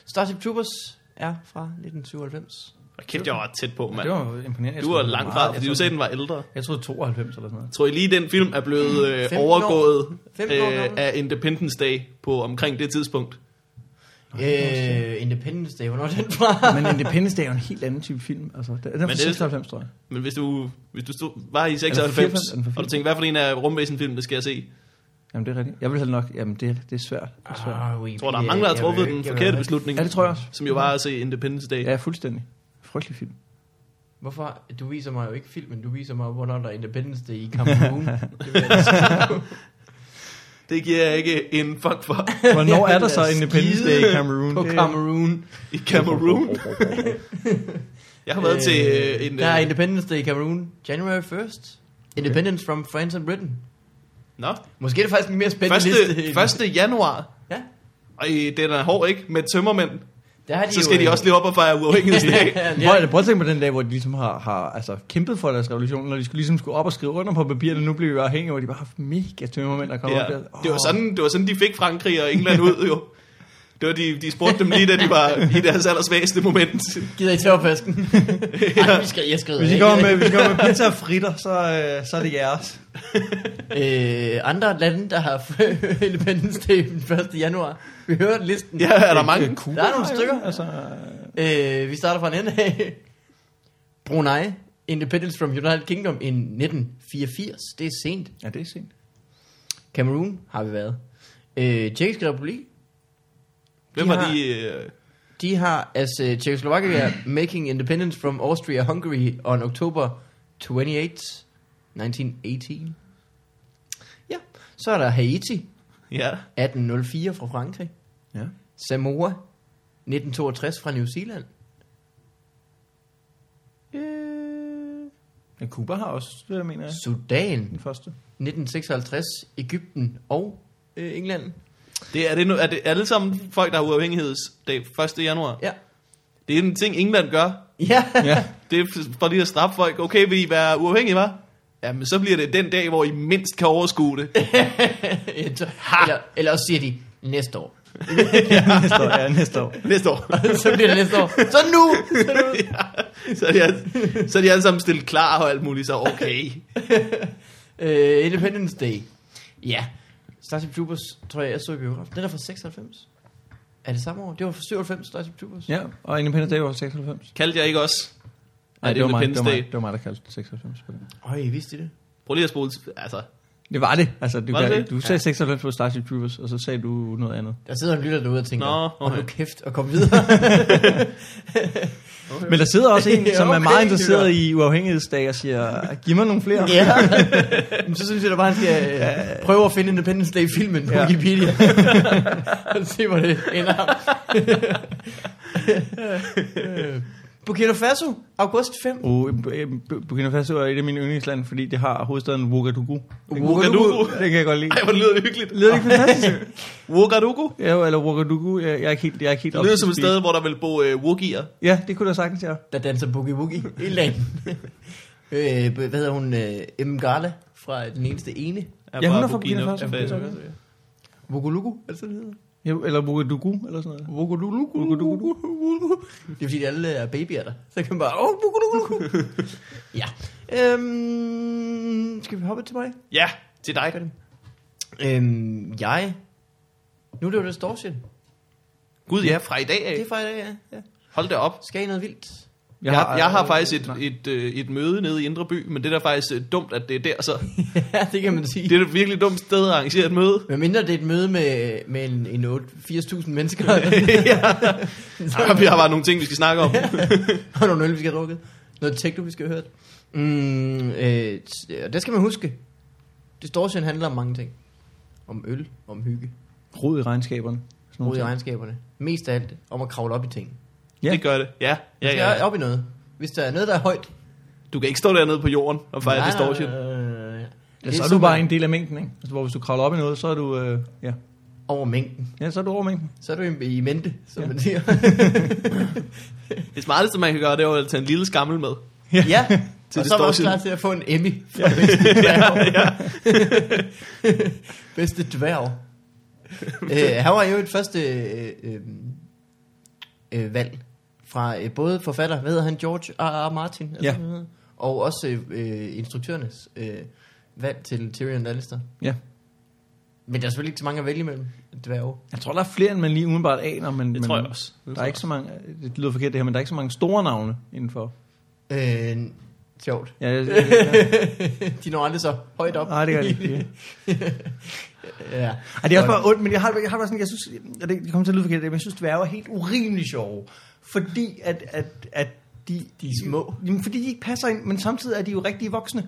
Speaker 1: Starship Troopers er fra 1997.
Speaker 3: Og kæft, jeg var tæt på,
Speaker 2: Men
Speaker 3: mand.
Speaker 2: det var imponerende. Jeg
Speaker 3: Du
Speaker 2: troede,
Speaker 3: var
Speaker 2: det
Speaker 3: langt
Speaker 2: meget.
Speaker 3: fra,
Speaker 2: Jeg
Speaker 3: fordi du
Speaker 2: troede-
Speaker 3: sagde, den var ældre.
Speaker 2: Jeg troede 92 eller sådan noget.
Speaker 3: Tror I lige, den film er blevet øh,
Speaker 1: 15 år.
Speaker 3: overgået
Speaker 1: 15 år
Speaker 3: øh,
Speaker 1: gammel.
Speaker 3: af Independence Day på omkring det tidspunkt?
Speaker 1: Øh, Independence Day, hvornår er den
Speaker 3: Ah,
Speaker 1: fra?
Speaker 2: Men Independence Day er jo en helt anden type film. Altså, den er fra
Speaker 3: det-
Speaker 2: 96, tror jeg.
Speaker 3: Men hvis du, hvis du stod, var i
Speaker 2: Er den
Speaker 3: 96,
Speaker 2: for 94? Er den for
Speaker 3: og du tænkte, hvad for en af rumvæsenfilm, det skal jeg se?
Speaker 2: Jamen, det er rigtigt. Jeg vil have nok... Jamen, det, er- det er svært. Det er svært.
Speaker 1: Ah,
Speaker 3: Jeg tror, der er mange, der har truffet den forkerte beslutning.
Speaker 2: Ja, det tror jeg også.
Speaker 3: Som jo var at se Independence Day.
Speaker 2: Ja, fuldstændig. Frygtelig film.
Speaker 1: Hvorfor? Du viser mig jo ikke filmen, du viser mig, hvornår der er Independence Day i
Speaker 3: (laughs)
Speaker 1: Cameroon. Det vil jeg ikke
Speaker 3: Det giver jeg ikke en fuck for
Speaker 2: Hvornår er der så
Speaker 1: Jeg vil da
Speaker 2: Independence Day i
Speaker 1: skide
Speaker 2: Cameroon?
Speaker 1: på
Speaker 2: Det-
Speaker 1: Cameroon.
Speaker 2: (laughs)
Speaker 3: i Cameroon. jeg har været til øh, en...
Speaker 1: Der er
Speaker 3: øh,
Speaker 1: Independence Day i Cameroon. January 1st. Independence from France and Britain.
Speaker 3: Nå,
Speaker 1: Måske er det faktisk en mere spændende liste. end-
Speaker 3: første, 1. januar.
Speaker 1: Ja.
Speaker 3: Og øh, den er hård, ikke? Med tømmermænd.
Speaker 1: Der har de øh,
Speaker 3: Så skal de også lige op og fejre
Speaker 1: (laughs)
Speaker 3: uafhængighedsdag.
Speaker 2: Prøv, at- prøv at tænke på den dag, hvor de ligesom har, har altså, kæmpet for deres revolution, når de skulle, ligesom skulle op og skrive under på papirerne, nu bliver vi afhængige, hvor de bare har haft mega tømmermænd, der kommer
Speaker 3: Ja.
Speaker 2: op der. Åh.
Speaker 3: Det, var sådan, det var sådan, de fik Frankrig og England ud, jo. Det var, de, de spurgte dem lige, da de var i deres allersvageste moment.
Speaker 1: Gider I tage
Speaker 3: (laughs)
Speaker 1: opvasken? Ej, vi skal, jeg skrider
Speaker 2: Hvis I
Speaker 1: ikke.
Speaker 2: kommer med, hvis I kommer med pizza og fritter, så, øh, så er det jeres.
Speaker 1: Øh, andre lande, der har (laughs) Independence Day den 1. januar. Vi hører listen.
Speaker 3: Ja, er der mange?
Speaker 2: Cuba,
Speaker 1: Der er nogle stykker.
Speaker 2: Altså,
Speaker 1: Øh, vi starter fra en ende af. Brunei. Independence from United Kingdom i 1984. Det er sent.
Speaker 2: ja, det er sent.
Speaker 1: Cameroon har vi været. Øh, Tjekkiske Republik.
Speaker 3: Hvem
Speaker 1: De
Speaker 3: var
Speaker 1: har-
Speaker 3: de? Øh,
Speaker 1: De har altså Czechoslovakia making independence from Austria-Hungary on October 28, 1918. Ja, så er der Haiti,
Speaker 3: ja.
Speaker 1: 1804 fra Frankrig.
Speaker 2: Ja.
Speaker 1: Samoa, 1962 fra New Zealand. Øh,
Speaker 2: Men Cuba har også, det jeg mener jeg,
Speaker 1: Sudan,
Speaker 2: den første.
Speaker 1: 1956, Ægypten og øh, England.
Speaker 3: Det, er, det nu, er det alle sammen folk, der har uafhængighedsdag 1. januar?
Speaker 1: Ja.
Speaker 3: Det er en ting, England gør.
Speaker 1: Ja.
Speaker 2: Ja.
Speaker 3: Det er for lige at straffe folk. Okay, vil I være uafhængige, hva'? Jamen, så bliver det den dag, hvor I mindst kan overskue det.
Speaker 1: (laughs) (laughs) eller, eller også siger de næste år. (laughs)
Speaker 2: ja, næste år. (laughs) Ja, næste år.
Speaker 3: Næste år.
Speaker 1: så bliver det næste år. Så nu! Så nu.
Speaker 3: ja, (laughs) så, er de, alle- så er de alle sammen stillet klar og alt muligt, så okay.
Speaker 1: Øh, Independence Day. Ja. Starship Troopers, tror jeg, jeg så i biografen. Den er fra 96. Er det samme år? Det var fra 97, Starship Troopers.
Speaker 2: Ja, og Independence Day var 96.
Speaker 3: Kaldte jeg ikke også?
Speaker 2: Nej,
Speaker 3: Nej,
Speaker 2: det var, mig, det, var
Speaker 3: Independence
Speaker 2: mig,
Speaker 3: Day.
Speaker 2: det var mig, der kaldte det 96. på det.
Speaker 1: Øj, vidste I det?
Speaker 3: Prøv lige at spole. til- Altså,
Speaker 2: Det var det. Altså, du,
Speaker 3: Var
Speaker 2: kan,
Speaker 3: det
Speaker 2: ikke- du sagde 96 på Starship Troopers, og så sagde du noget andet.
Speaker 1: Der sidder en lytter derude og tænker,
Speaker 3: Nå,
Speaker 1: Nå, okay.
Speaker 3: okay.
Speaker 1: nu kæft og kom videre.
Speaker 2: Men der sidder også en, som er
Speaker 1: Okay,
Speaker 2: meget interesseret i uafhængighedsdag og siger, giv mig nogle flere.
Speaker 1: ja. Men så synes jeg da bare, at han skal øh, prøve at finde Independence Day-filmen på
Speaker 2: Ja.
Speaker 1: ja. Wikipedia. (laughs) og se, hvor det ender. (laughs) Øh, Burkina Faso, august 5.
Speaker 2: Og øh, Bu- Burkina Faso er et af mine yndlingslande, fordi det har hovedstaden Ouagadougou.
Speaker 3: Ouagadougou.
Speaker 2: Det kan jeg godt lide.
Speaker 3: ej, hvor lyder det hyggeligt.
Speaker 2: Lyder det ikke
Speaker 3: (laughs)
Speaker 2: fantastisk?
Speaker 3: Ouagadougou.
Speaker 2: Ja, eller Ouagadougou. Jeg, jeg er ikke helt, jeg er ikke helt
Speaker 3: Det lyder
Speaker 2: op
Speaker 3: som et
Speaker 2: til
Speaker 3: sted,
Speaker 2: speed.
Speaker 3: hvor der vil bo øh, Woogier.
Speaker 2: Ja, det kunne der sagtens, ja.
Speaker 1: (laughs) der danser boogie woogie hele dagen. øh, hvad hedder hun? Øh, M. Gala fra den eneste ene.
Speaker 2: Ja, hun er fra
Speaker 3: Burkina
Speaker 2: Burkina Faso.
Speaker 3: Faso.
Speaker 2: Ja.
Speaker 1: Wogolugu, er det sådan, det hedder?
Speaker 2: Ja, eller Ouagadougou, eller sådan noget.
Speaker 1: Wogolugu.
Speaker 2: Ouagadougou.
Speaker 1: Det er fordi, alle er babyer der. Så kan man bare, åh, wogolugu. (laughs) ja. Øhm, skal vi hoppe til mig?
Speaker 3: Ja, til dig. Karin.
Speaker 1: Øhm, jeg. Nu er det jo Distortion.
Speaker 3: Gud ja, fra i dag
Speaker 1: Det er
Speaker 3: af.
Speaker 1: fra i dag, ja. ja.
Speaker 3: Hold da op.
Speaker 1: Skal I noget vildt?
Speaker 3: Jeg har, jeg har
Speaker 2: øh,
Speaker 3: faktisk et,
Speaker 2: nej.
Speaker 3: et, øh, et møde nede i Indre By, men det er da faktisk øh, dumt, at det er der så.
Speaker 1: (laughs) ja, det kan man sige.
Speaker 3: Det er et virkelig dumt sted at arrangere et møde.
Speaker 1: Men mindre det er et møde med, med en, en 8 80.000 (laughs) mennesker,
Speaker 3: (laughs) ja. Ej, Vi har bare nogle ting, vi skal snakke om.
Speaker 1: (laughs) og nogle øl, vi skal have drukket. Noget techno, vi skal have hørt. Mm, øh, t- og det skal man huske. Distortion handler om mange ting. Om øl, om hygge,
Speaker 2: Rod i regnskaberne. Sådan
Speaker 1: rod i
Speaker 2: nogle ting.
Speaker 1: regnskaberne. Mest af alt om at kravle op i ting.
Speaker 2: Ja.
Speaker 3: Det gør det. Ja,
Speaker 1: Man
Speaker 3: ja,
Speaker 1: skal
Speaker 3: ja.
Speaker 1: op i noget. Hvis der er noget, der er højt.
Speaker 3: Du kan ikke stå dernede på jorden og fejre distortion.
Speaker 1: Nej, nej, nej, nej.
Speaker 2: Ja,
Speaker 1: Det
Speaker 2: Altså, så er du bare en del af mængden, ikke? Altså, hvor hvis du kravler op i noget, så er du, øh, ja.
Speaker 1: Over mængden.
Speaker 2: ja, så er du over mængden.
Speaker 1: Så er du i, i mente, som
Speaker 2: Ja.
Speaker 1: ja. man siger.
Speaker 2: (laughs)
Speaker 3: Det smarteste, man kan gøre, det er jo at tage en lille skammel med.
Speaker 1: ja,
Speaker 3: Til
Speaker 1: og så var også
Speaker 3: distortion.
Speaker 1: klar til at få en Emmy for bedste dværg. (laughs) bedste dværg. øh, han var jo et første øh, øh, øh, valg fra øh, både forfatter, hvad hedder han, George R. R. Martin, eller
Speaker 2: Ja.
Speaker 1: hvad han hedder, og også øh, øh, instruktørernes øh, valg til Tyrion Lannister.
Speaker 2: Ja.
Speaker 1: Men der er selvfølgelig ikke så mange at vælge imellem dværge.
Speaker 2: Jeg tror, der er flere, end man lige umiddelbart aner, men,
Speaker 3: Det
Speaker 2: men
Speaker 3: tror jeg også. Det
Speaker 2: der
Speaker 3: tror
Speaker 2: er
Speaker 3: jeg
Speaker 2: ikke så mange, det lyder forkert det her, men der er ikke så mange store navne indenfor.
Speaker 1: Øh, sjovt.
Speaker 2: Ja,
Speaker 3: (laughs)
Speaker 2: jeg, jeg, jeg,
Speaker 1: (laughs) De når aldrig så højt op.
Speaker 2: nej, det gør det ikke.
Speaker 1: (laughs) ja.
Speaker 2: Ej, det er også bare ondt, men jeg har, jeg har bare sådan, jeg synes, og det det kommer til at lyde forkert, men jeg synes, dværge er helt urimelig sjove, fordi at, at, at de, de er
Speaker 1: små.
Speaker 2: Jamen, fordi de ikke passer ind, men samtidig er de jo rigtige voksne.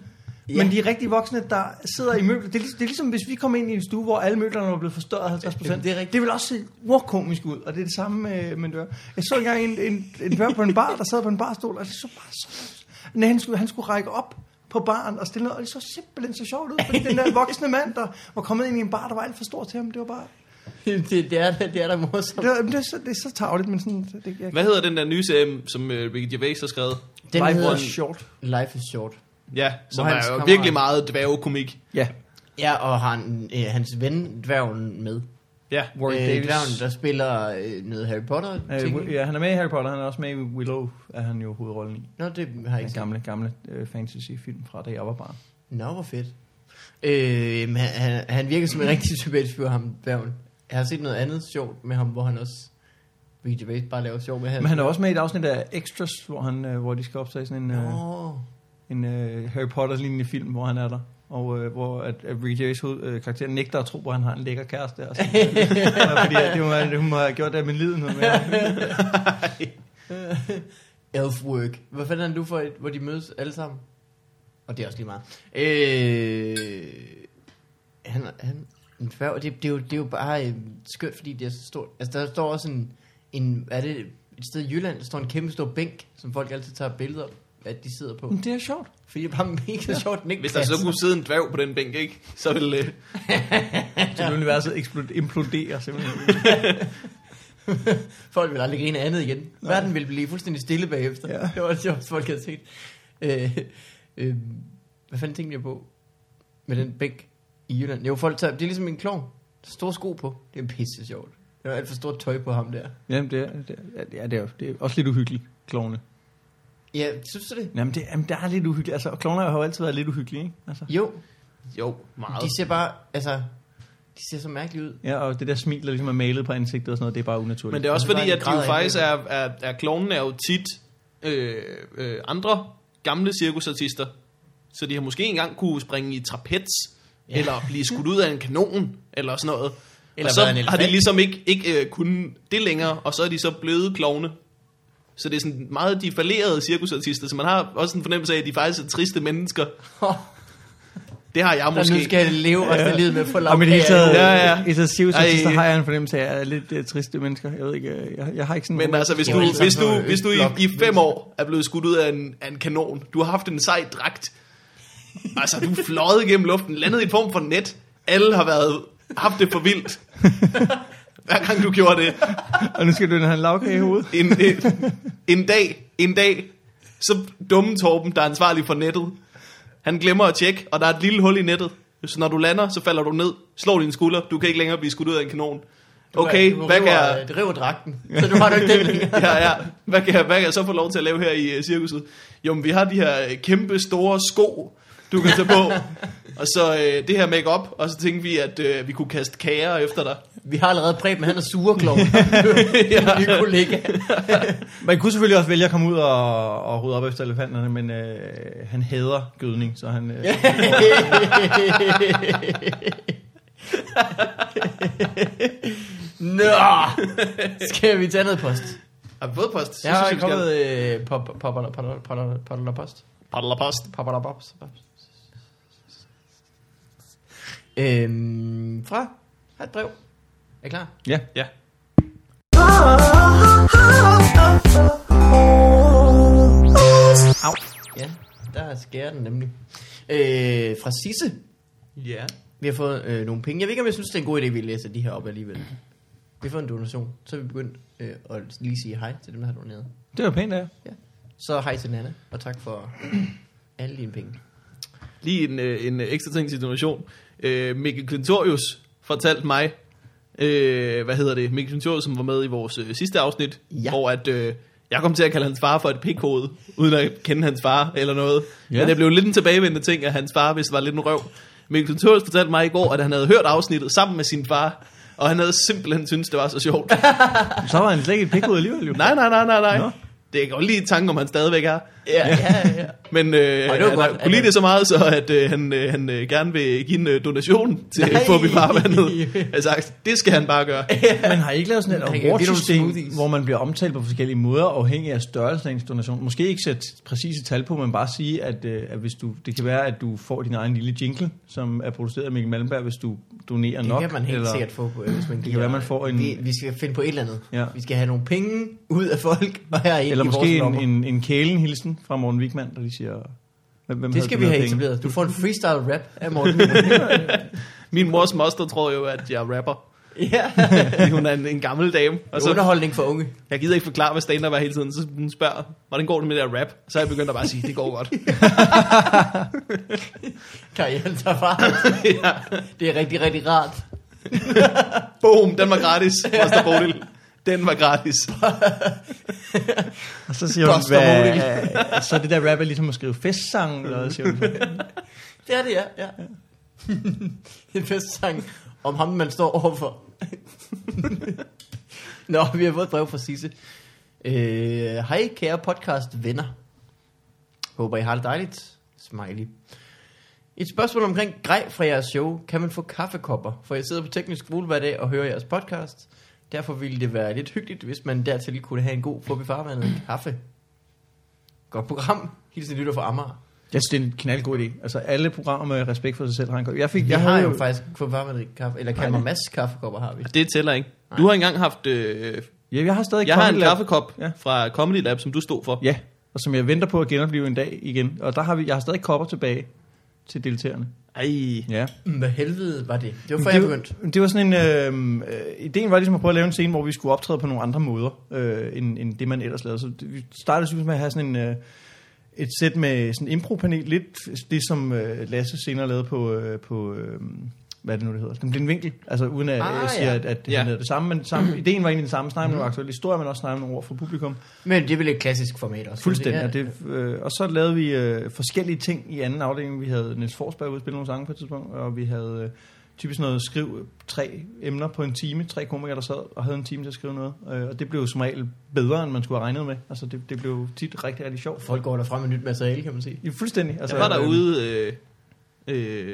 Speaker 2: Ja.
Speaker 1: Ja.
Speaker 2: Men de er rigtige voksne, der sidder i møbler. Det er, lig- det er ligesom, hvis vi kom ind i en stue, hvor alle møblerne var blevet forstørret 50 procent.
Speaker 1: Jamen, det er rigtigt.
Speaker 2: Det vil også se urkomisk ud, og det er det samme med, med en dør. Jeg så engang en, en, en dør på en bar, der sad på en barstol, og det så bare så... Når han skulle, han skulle række op på baren og stille noget, og det så simpelthen så sjovt ud, fordi den der voksne mand, der var kommet ind i en bar, der var alt for stor til ham, det var bare...
Speaker 1: det, det, er, det er da morsomt.
Speaker 2: Det, var, det, er, så, det er så tavligt, men sådan... Det, jeg,
Speaker 3: Hvad hedder den der nye serie, som øh, Ricky Gervais har skrevet?
Speaker 1: Den
Speaker 2: Life
Speaker 1: hedder
Speaker 2: was short.
Speaker 1: Life is Short.
Speaker 3: Ja, som
Speaker 1: Hvor
Speaker 3: er
Speaker 1: hans
Speaker 3: jo
Speaker 1: kammerat-
Speaker 3: virkelig meget dværgekomik.
Speaker 2: Ja.
Speaker 1: Ja, og har en, øh, hans ven, dværgen, med.
Speaker 3: Ja,
Speaker 2: Warwick
Speaker 1: øh,
Speaker 2: Davis.
Speaker 1: Dværgen, der spiller øh, noget Harry Potter ting.
Speaker 2: Øh, ja, han er med i Harry Potter, han er også med i Willow, er han jo hovedrollen i.
Speaker 1: Nå, det har jeg
Speaker 2: Den
Speaker 1: ikke set.
Speaker 2: gamle, gamle øh, fantasy-film fra, da jeg var barn.
Speaker 1: Nå, hvor fedt. Øh, men han, han, han virker
Speaker 2: (laughs)
Speaker 1: som en rigtig sympatisk fyr, ham dværgen. Jeg har set noget andet sjovt med ham, hvor han også... Ricky Gervais bare laver sjov med ham.
Speaker 2: Men han er også med i et afsnit af Extras, hvor, han, øh, hvor de skal optage sådan en, øh, (laughs)
Speaker 1: Nå,
Speaker 2: en øh, Harry Potter-lignende film, hvor han er der. Og øh, hvor at, at Ricky Gervais hoved, øh, karakter nægter at tro på, at han har en lækker kæreste. Der, (laughs) sådan, fordi at det, må, det hun må have gjort det af min lidenhed (laughs) med ham.
Speaker 1: (laughs) Elfwork. Hvad fanden er det nu for et, hvor de mødes alle sammen? Og det er også lige meget. Øh, han, han, en dværg, det, det, er jo, det er jo bare øh, skørt, fordi det er så stort. Altså, der står også en, en er det et sted i Jylland, der står en kæmpe stor bænk, som folk altid tager billeder at de sidder på.
Speaker 2: Men Det er sjovt.
Speaker 1: Fordi det er bare mega sjovt, den ikke
Speaker 3: hvis der så
Speaker 1: passer.
Speaker 3: kunne sidde en dværg på den bænk, ikke? Så ville... Øh,
Speaker 2: Så vil universet eksplod- imploderer simpelthen.
Speaker 1: (laughs) Folk vil aldrig grine af andet igen. Verden vil blive fuldstændig stille bagefter.
Speaker 2: Ja.
Speaker 1: Ja. Det var det sjovt, folk havde set. Øh, øh, hvad fanden tænkte jeg på med den bæk i Jylland? Jo, folk tager, det er ligesom en klovn. Store sko på. Det er pisse sjovt. Det var alt for stort tøj på ham der.
Speaker 2: Jamen, det er, det er, ja, det er, jo- det er også lidt uhyggeligt, klovne.
Speaker 1: Ja, synes du det?
Speaker 2: Jamen, det, jamen, det er lidt uhyggeligt. Altså, klovne har jo altid været lidt uhyggelige, ikke? Altså.
Speaker 1: Jo,
Speaker 3: jo, meget.
Speaker 1: de ser bare, altså, de ser så mærkeligt ud.
Speaker 2: Ja, og det der smil, der ligesom er malet på ansigtet og sådan noget, det er bare unaturligt.
Speaker 3: Men det er også
Speaker 1: Og så
Speaker 3: fordi,
Speaker 1: bare de
Speaker 3: at de jo
Speaker 1: græder
Speaker 3: faktisk
Speaker 1: ikke.
Speaker 3: er, er, er klovnen er jo tit øh, øh, andre gamle cirkusartister. Så de har måske engang kunne springe i trapez, ja.
Speaker 1: Ja.
Speaker 3: eller blive skudt ud af en kanon, eller sådan noget. Eller
Speaker 1: Eller
Speaker 3: og så
Speaker 1: været en
Speaker 3: har de
Speaker 1: elefant.
Speaker 3: ligesom ikke, ikke øh, kunnet det længere, og så er de så blevet klovne. Så det er sådan meget de fallerede cirkusartister, så man har også en fornemmelse af, at de faktisk er triste mennesker. Det har jeg
Speaker 1: Der nu
Speaker 3: måske.
Speaker 1: skal jeg leve resten af livet med at få
Speaker 2: Og med det hele
Speaker 1: lavkager.
Speaker 2: taget,
Speaker 3: Ja,
Speaker 2: ja,
Speaker 3: ja.
Speaker 2: ja. i taget cirkusartister
Speaker 3: Ej.
Speaker 2: har jeg en fornemmelse af, at jeg er lidt uh, triste mennesker. Jeg ved ikke, øh, jeg, jeg har ikke sådan...
Speaker 3: Men altså, hvis
Speaker 1: Det
Speaker 3: du,
Speaker 1: er jo ligesom
Speaker 3: hvis du,
Speaker 1: på
Speaker 3: hvis du
Speaker 1: Østblok.
Speaker 3: i, i fem år er blevet skudt ud af en, af en kanon, du har haft en sej dragt, altså du er fløjet gennem luften, landet i en form for net, alle har været, haft det for vildt. Hver gang du gjorde det,
Speaker 2: Og nu skal du have en lavkage i hovedet.
Speaker 3: en, en, en dag, en dag, så dumme Torben, der er ansvarlig for nettet, Han glemmer at tjekke, og der er et lille hul i nettet. Så når du lander, så falder du ned, slår din skulder, du kan ikke længere blive skudt ud af en kanon. Okay,
Speaker 1: du,
Speaker 3: hvad kan
Speaker 1: river,
Speaker 3: jeg...
Speaker 1: Du river dragten, så du har du ikke den
Speaker 3: (laughs)
Speaker 1: længere.
Speaker 3: ja, ja. Hvad kan, jeg, hvad kan jeg så få lov til at lave her i øh, cirkuset? Jo, men vi har de her øh, kæmpe store sko, du kan tage
Speaker 1: (laughs)
Speaker 3: på. og så øh, det her makeup, og så tænkte vi, at øh, vi kunne kaste kager efter dig.
Speaker 1: Vi har allerede Preben, han er sureklog.
Speaker 3: Ja.
Speaker 1: Ny kollega.
Speaker 2: Man kunne selvfølgelig også vælge at komme ud og, og rydde op efter elefanterne, men øh, han hader gødning, så han... Øh,
Speaker 1: Nå, (laughs) skal vi tage noget post?
Speaker 3: Har vi fået post?
Speaker 1: Jeg har
Speaker 3: vi skal-
Speaker 1: kommet øh, pop- pop- pop- pop- pop- pop- pop- pop- post.
Speaker 3: Paddler post.
Speaker 1: Papadabaps. Øhm, fra har et brev. Er I klar?
Speaker 2: ja.
Speaker 3: Ja.
Speaker 4: Ah, Oh,
Speaker 2: Au.
Speaker 1: Ja, der skærer den nemlig. Øh, fra Sisse.
Speaker 3: Ja.
Speaker 1: Vi har fået øh, nogle penge. Jeg ved ikke, om jeg synes, det er en god idé, at vi læser de her op alligevel. Vi har fået en donation, så er vi begyndt øh, at lige sige hej til dem, der har doneret.
Speaker 2: Det var pænt, ja.
Speaker 1: Ja. Så hej til Nana, og tak for alle dine penge.
Speaker 3: Lige en, øh, en ekstra ting til donation. Øh, Mikkel Klintorius fortalte mig, øh, hvad hedder det, Mikkel Klintorius, som var med i vores øh, sidste afsnit,
Speaker 1: Ja.
Speaker 3: hvor at, øh, jeg kom til at kalde hans far for et pikhoved, uden at kende hans far eller noget.
Speaker 2: Ja.
Speaker 3: Ja. Men det blev lidt en tilbagevendende ting, at hans far vist var lidt en røv. Mikkel Klintorius fortalte mig i går, at han havde hørt afsnittet sammen med sin far, og han havde simpelthen syntes, det var så sjovt.
Speaker 2: Så var han slet ikke et pik ud alligevel, jo.
Speaker 3: nej, nej, nej, nej, nej.
Speaker 2: Nå.
Speaker 3: Det er godt lige i tanke, om han stadigvæk er.
Speaker 1: Ja, ja, ja.
Speaker 3: Men øh,
Speaker 1: var
Speaker 3: han
Speaker 1: godt,
Speaker 3: har
Speaker 1: at
Speaker 3: kunne lide
Speaker 1: han-
Speaker 3: det så meget, så at øh, han, øh, han øh, gerne vil give en øh, donation til
Speaker 1: Nej.
Speaker 3: Fobi
Speaker 1: (laughs)
Speaker 3: Farvandet. Jeg har sagt, det skal han bare gøre.
Speaker 2: Man har I ikke lavet sådan et
Speaker 1: Han kan give nogle
Speaker 2: award-system,
Speaker 1: smoothies.
Speaker 2: hvor man bliver omtalt på forskellige måder, afhængig af størrelsen af ens donation. Måske ikke sætte præcise tal på, men bare sige, at, øh, at hvis du, det kan være, at du får din egen lille jingle, som er produceret af Mikkel Malmberg, hvis du donerer
Speaker 1: Det
Speaker 2: nok.
Speaker 1: kan man helt eller... sikkert få, på, øh, hvis man giver.
Speaker 2: være, man får en-
Speaker 1: Vi, vi skal finde på et eller andet.
Speaker 2: Ja.
Speaker 1: Vi skal have nogle penge ud af folk, og her ind
Speaker 2: Eller
Speaker 1: i vores
Speaker 2: måske en,
Speaker 1: lommer.
Speaker 2: en, en kælenhilsen fra Morten Wigman, der lige siger... Hvem hvem
Speaker 1: Det
Speaker 2: havde
Speaker 1: skal vi
Speaker 2: doneret
Speaker 1: have
Speaker 2: penge?
Speaker 1: etableret. Du
Speaker 2: (laughs)
Speaker 1: får en freestyle rap af Morten.
Speaker 3: Min mors moster tror jo, at jeg er rapper. (laughs)
Speaker 1: ja. (laughs)
Speaker 3: fordi Hun er en, en gammel dame. Og
Speaker 1: Altså,
Speaker 3: så,
Speaker 1: underholdning for unge.
Speaker 3: jeg gider ikke forklare, hvad stand-up er hele tiden. Så hun spørger, hvordan går det med det der rap? Så er jeg begyndt at bare sige, det
Speaker 1: (laughs)
Speaker 3: går godt.
Speaker 1: Karrieren tager
Speaker 2: (laughs)
Speaker 1: fart.
Speaker 3: ja.
Speaker 1: Det er rigtig, rigtig rart.
Speaker 3: Boom, den var gratis. Moster Bodil. Den var gratis.
Speaker 2: Og så siger hun,
Speaker 1: Buster
Speaker 2: hvad, så det der rap er ligesom at skrive festsangen, eller hvad siger
Speaker 3: (laughs)
Speaker 2: hun?
Speaker 1: (laughs) Det er det, ja. ja. en festsang om ham, man står overfor. (laughs) Nå, vi har fået et brev fra Sisse. Øh, Hej, kære podcast venner. Håber, I har det dejligt. Smiley. Et spørgsmål omkring grej fra jeres show. Kan man få kaffekopper? For jeg sidder på teknisk skole hver dag og hører jeres podcast. Derfor ville det være lidt hyggeligt, hvis man dertil kunne have en god Fubi Farvandet kaffe. Godt program. Hilsen lytter fra Amager.
Speaker 2: Jeg synes, det er en knaldgod idé. Altså, alle programmer med respekt for sig selv har en god... Jeg, fik,
Speaker 1: Jeg har
Speaker 2: havde
Speaker 1: jo faktisk fået varmet kaffe, eller
Speaker 2: Nej,
Speaker 1: kan
Speaker 2: det-
Speaker 1: man masse kaffekopper har vi.
Speaker 3: (laughs) Det tæller ikke. Du har engang haft... Øh,
Speaker 2: Ja, jeg har stadig
Speaker 3: jeg har en
Speaker 2: Comedy Lab.
Speaker 3: kaffekop
Speaker 2: Ja.
Speaker 3: fra Comedy Lab, som du stod for.
Speaker 2: Ja, og som jeg venter på at genopleve en dag igen. Og der har vi, jeg har stadig kopper tilbage til deltagerne.
Speaker 3: Ej.
Speaker 2: Ja.
Speaker 1: Hvad helvede var det? Det var
Speaker 2: Men
Speaker 1: før jeg
Speaker 2: det, Mm, var-
Speaker 1: begyndte.
Speaker 2: Det var sådan en... Øh, øh, ideen var ligesom at prøve at lave en scene, hvor vi skulle optræde på nogle andre måder, øh, end, end det man ellers lavede. Så det- vi startede simpelthen med at have sådan en... Øh, et sæt med sådan en impropanel, lidt det som øh, Lasse senere lavede på, øh, på øh, hvad er det nu det hedder, den blinde vinkel, altså uden at
Speaker 1: Ah,
Speaker 2: ah, jeg siger,
Speaker 1: ja.
Speaker 2: at, at
Speaker 3: Ja.
Speaker 2: ja. det samme, men samme, ideen var egentlig den samme, snakke om nogle aktuelle historier, men også snakke om nogle ord fra publikum.
Speaker 1: Men det er vel et klassisk format også.
Speaker 2: Fuldstændig. Og,
Speaker 1: Det,
Speaker 2: det, øh, og så lavede vi øh, forskellige ting i anden afdeling. Vi havde Niels Forsberg ude at spille nogle sange på et tidspunkt, og vi havde øh, typisk noget skriv øh, tre emner på en time. Tre komikere, der sad og havde en time til at skrive noget. Øh, og det blev jo som regel bedre, end man skulle have regnet med. Altså det, det blev tit rigtig, rigtig sjovt.
Speaker 1: Folk går derfra med nyt materiale, kan man sige.
Speaker 2: Ja, fuldstændig.
Speaker 3: Altså,
Speaker 2: Altså,
Speaker 3: jeg var
Speaker 2: øh,
Speaker 3: derude... Øh, øh,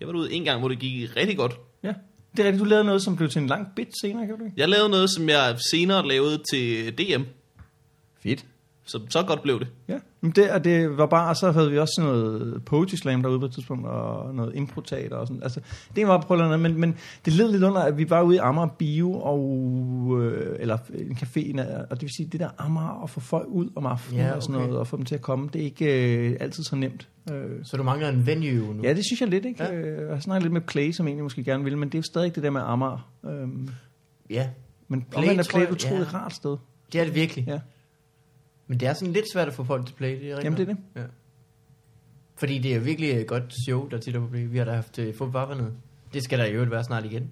Speaker 3: jeg var derude en gang, hvor det gik rigtig godt.
Speaker 2: Ja. Det er rigtigt, du lavede noget, som blev til en lang bit senere, kan du ikke?
Speaker 3: Jeg lavede noget, som jeg senere lavede til DM.
Speaker 2: Fedt.
Speaker 3: Så, så godt blev det.
Speaker 2: Ja, men det, og det var bare, og så havde vi også sådan noget poetry slam derude på et tidspunkt, og noget improteater og sådan. Altså, det var på noget, men, men det led lidt under, at vi var ude i Amager Bio, og, øh, eller en café, i nær- og det vil sige, det der Amager at få folk ud om aftenen
Speaker 1: Ja,
Speaker 2: ja, okay. og sådan
Speaker 1: okay.
Speaker 2: noget, og få dem til at komme, det er ikke øh, altid så nemt. Øh,
Speaker 1: Så du mangler en venue nu.
Speaker 2: ja, det synes jeg lidt, ikke?
Speaker 1: Ja.
Speaker 2: Ja. Øh, jeg har snakket lidt med Play, som egentlig måske gerne ville, men det er jo stadig ikke det der med Amager. Øh,
Speaker 1: ja.
Speaker 2: men
Speaker 1: Play,
Speaker 2: Play, omvendt er
Speaker 1: tror
Speaker 2: Play
Speaker 1: jeg,
Speaker 2: et utroligt
Speaker 1: ja.
Speaker 2: ja. rart sted.
Speaker 1: det er det virkelig.
Speaker 2: Ja.
Speaker 1: Men det er sådan lidt svært at få folk til play, det er rigtigt.
Speaker 2: Jamen, det er det.
Speaker 1: Ja. Fordi det er virkelig et godt show, der tit er på play. Vi har da haft øh, fodbold ned. Det skal der i øvrigt være snart igen.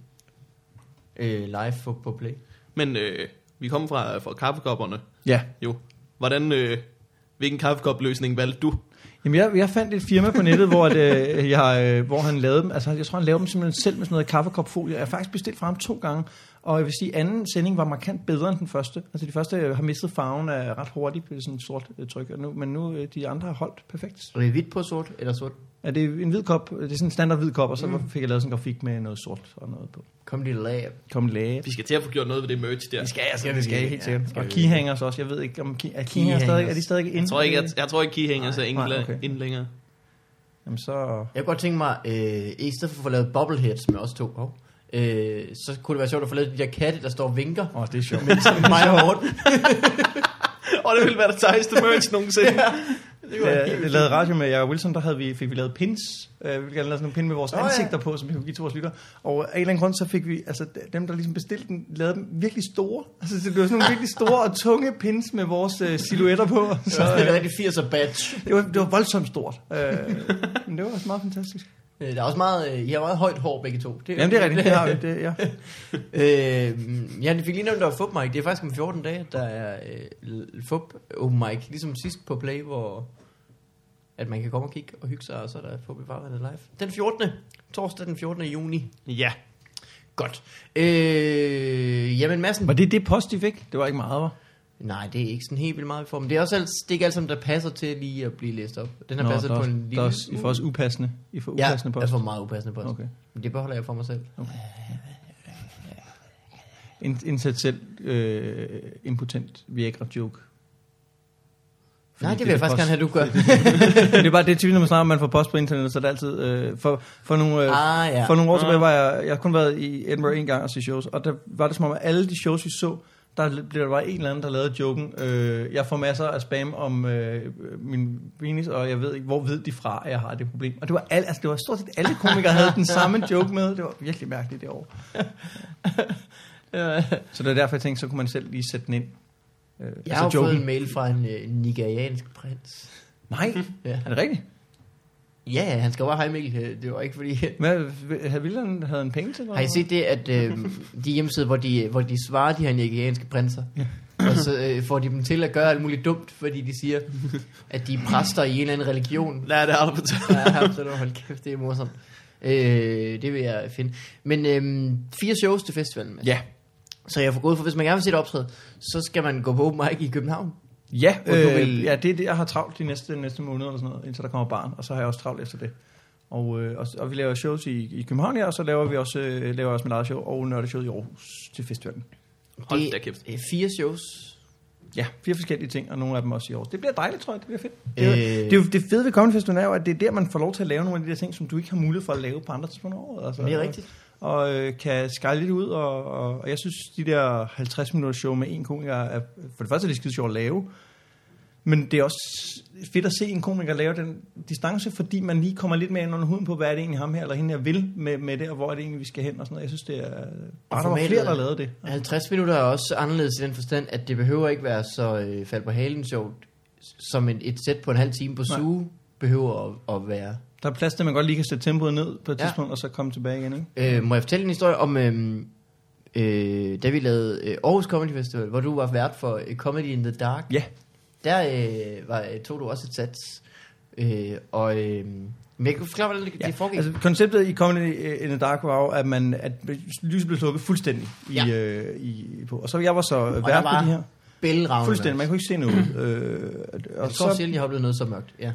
Speaker 1: Øh, live på, på play.
Speaker 3: Men øh, vi kom fra, fra kaffekopperne
Speaker 2: Ja.
Speaker 3: jo. Hvordan, øh, hvilken kaffekopløsning valgte du?
Speaker 2: Jamen, jeg, jeg fandt et firma på nettet, hvor, at, øh, jeg, øh, hvor han lavede dem. Altså, jeg tror, han lavede dem simpelthen selv med sådan noget kaffekopfolie. Jeg har faktisk bestilt fra ham to gange. Og jeg vil sige, anden sending var markant bedre end den første. Altså, de første øh, har mistet farven af ret hurtigt på sådan et sort øh, tryk. Og nu, men nu, øh, de andre har holdt perfekt.
Speaker 1: Og det er hvidt på sort, eller sort.
Speaker 2: Er det en hvid kop? øh, Det er sådan en standard hvid kop, og så mm. fik jeg lavet sådan en grafik med noget sort og noget på.
Speaker 1: Kom lige lab.
Speaker 2: Kom læge.
Speaker 3: Vi skal til at få gjort noget ved det merch der.
Speaker 1: skal, jeg
Speaker 2: Ja, det skal jeg helt sikkert.
Speaker 1: skal
Speaker 2: Og
Speaker 1: vi.
Speaker 2: keyhangers også. Jeg ved ikke, om key, er, keyhangers stadig, er de stadig inde?
Speaker 3: Jeg tror ikke, at, jeg tror ikke Keyhænger så
Speaker 2: nej, okay.
Speaker 3: ind længere.
Speaker 2: Jamen, så...
Speaker 1: Jeg kunne godt tænke mig, øh, i stedet for at få lavet bobbleheads med os to, hov, øh, så kunne det være sjovt at få lavet de der katte, der står og vinker.
Speaker 2: Åh, oh, (laughs) det er sjovt.
Speaker 1: Som mig og Morten.
Speaker 3: Og det ville være det sejeste merch nogensinde.
Speaker 2: Øh, jeg lavede radio med Jacob Wilson, der havde vi, fik vi lavet pins. Øh, vi ville gerne lave sådan nogle pin med vores
Speaker 1: Nå,
Speaker 2: oh,
Speaker 1: ja.
Speaker 2: ansigter på, som vi kunne give til vores lytter. Og af en eller anden grund, så fik vi, altså dem, der ligesom bestilte den, lavede dem virkelig store. Altså det blev sådan nogle virkelig store og tunge pins med vores øh, silhuetter på. Så,
Speaker 1: Så det er
Speaker 2: øh,
Speaker 1: rigtig 80'er batch.
Speaker 2: det, var, det var voldsomt stort. Øh, men det var også meget fantastisk.
Speaker 1: Øh, Der er også meget, øh, I har meget højt hår begge to. Det,
Speaker 2: Jamen det er rigtigt, det har vi. Det, ja.
Speaker 1: (laughs) øh, ja, det fik lige nævnt, der var fup mic. Det er faktisk om 14 dage, der er øh, fup open mic. Ligesom sidst på Play, hvor at man kan komme og kigge og hygge sig, og så er der fup i farvandet live. Den 14. Torsdag den 14. juni.
Speaker 3: ja.
Speaker 1: Godt. Øh, jamen Madsen.
Speaker 2: Var det det post, de fik? Det var ikke meget, var?
Speaker 1: Nej, det er ikke sådan helt vildt meget, vi får. Men det er, også alt, det er ikke alt sammen, der passer til lige at blive læst op. Den har passet
Speaker 2: der,
Speaker 1: på
Speaker 2: er-
Speaker 1: en
Speaker 2: der
Speaker 1: lille...
Speaker 2: er også, I får også upassende. I får
Speaker 1: ja,
Speaker 2: upassende
Speaker 1: jeg
Speaker 2: post.
Speaker 1: får meget upassende post.
Speaker 2: Okay.
Speaker 1: Men det beholder jeg for mig selv.
Speaker 2: Ind- Indsæt selv øh, impotent Viagra joke. Fordi
Speaker 1: Nej, det vil jeg
Speaker 2: er
Speaker 1: faktisk
Speaker 2: post.
Speaker 1: gerne have, du gør.
Speaker 2: (laughs) det er bare det er typisk, når man snakker, om, at man får post på internettet, så er det altid... Øh, for, for, nogle, øh,
Speaker 1: ah, ja.
Speaker 2: for nogle år tilbage var jeg... Jeg har kun været i Edinburgh en gang og se shows, og der var det som om, at alle de shows, vi så, der blev der var en eller anden, der lavede joken. Øh, jeg får masser af spam om øh, min penis, og jeg ved ikke, hvor ved de fra, at jeg har det problem. Og det var, al, altså, det var stort set alle komikere, havde den samme joke med. Det var virkelig mærkeligt (laughs) det år. Så det var derfor, jeg tænkte, så kunne man selv lige sætte den ind. Øh,
Speaker 1: Jeg har jo fået en mail fra en øh, nigeriansk prins.
Speaker 2: Nej,
Speaker 1: Ja.
Speaker 2: er det rigtigt?
Speaker 1: ja, han skal bare hej Mikkel. Øh, Det var ikke fordi...
Speaker 2: Hvad, havde William havde en penge til det?
Speaker 1: Har I set det, at øh, de hjemmesider, hvor de, hvor de svarer de her nigerianske prinser, og så øh, får de dem til at gøre alt muligt dumt, fordi de siger, at de er præster i en eller anden religion.
Speaker 3: Lad det aldrig betale.
Speaker 1: Ja, absolut. Hold kæft, det er morsomt. Øh, det vil jeg finde. Men øh, fire shows til festivalen, Mads.
Speaker 2: Ja.
Speaker 1: Så jeg får gået for, hvis man gerne vil se et optræde, så skal man gå på open mic i København.
Speaker 2: Ja,
Speaker 1: Og du vil-
Speaker 2: øh, ja, det er det, jeg har travlt de næste, næste måneder eller sådan noget, indtil der kommer barn, og så har jeg også travlt efter det. Og, øh, og, og vi laver shows i, i København her, og så laver vi også, øh, laver jeg også mit eget show og nørdeshow i Aarhus til festivalen.
Speaker 3: Hold
Speaker 1: Det
Speaker 3: da kæft.
Speaker 1: er fire shows.
Speaker 2: Ja, fire forskellige ting, og nogle af dem også i Aarhus. Det bliver dejligt, tror jeg. Det bliver fedt. Det, er,
Speaker 1: Øh.
Speaker 2: øh... det, er jo, det fede ved Comedy Festivalen er jo, at det er der, man får lov til at lave nogle af de der ting, som du ikke har mulighed for at lave på andre tidspunkter af året. Altså,
Speaker 1: Det er rigtigt.
Speaker 2: og øh, kan skære lidt ud, og, og, og jeg synes, de der 50 minutters show med en komiker, er, for det første er det skide sjovt at lave, men det er også fedt at se en komiker lave den distance, fordi man lige kommer lidt mere ind under huden på, hvad er det egentlig ham her eller hende her vil med, med det, og hvor er det egentlig, vi skal hen og sådan noget. Jeg synes, det er bare, der var
Speaker 1: formatet
Speaker 2: flere,
Speaker 1: er-
Speaker 2: der lavede det.
Speaker 1: 50 minutter er også anderledes i den forstand, at det behøver ikke være så øh, fald på halen sjovt, som et, et sæt på en halv time på
Speaker 2: Nej.
Speaker 1: suge behøver at, at være.
Speaker 2: Der er plads til, at man godt lige kan sætte tempoet ned på et
Speaker 1: Ja.
Speaker 2: ja. tidspunkt, og så komme tilbage igen, ikke?
Speaker 1: Øh, må jeg fortælle en historie om, øh, øh, da vi lavede øh, Aarhus Comedy Festival, hvor du var vært for øh, Comedy in the Dark?
Speaker 2: Ja.
Speaker 1: Der øh, var, øh, tog du også et sats. Øh, og øh, men jeg kan forklare, hvordan det, ja, det foregik.
Speaker 2: Altså, konceptet i Comedy in the Dark var jo, at, man, at lyset blev slukket fuldstændig i,
Speaker 1: Ja.
Speaker 2: ja. øh, i, på. Og så jeg var så vært på
Speaker 1: der var
Speaker 2: det her.
Speaker 1: Bælragende.
Speaker 2: Fuldstændig, man kunne ikke se noget. øh, og
Speaker 1: Jeg tror
Speaker 2: så
Speaker 1: sjældent, jeg har oplevet noget så mørkt. Ja.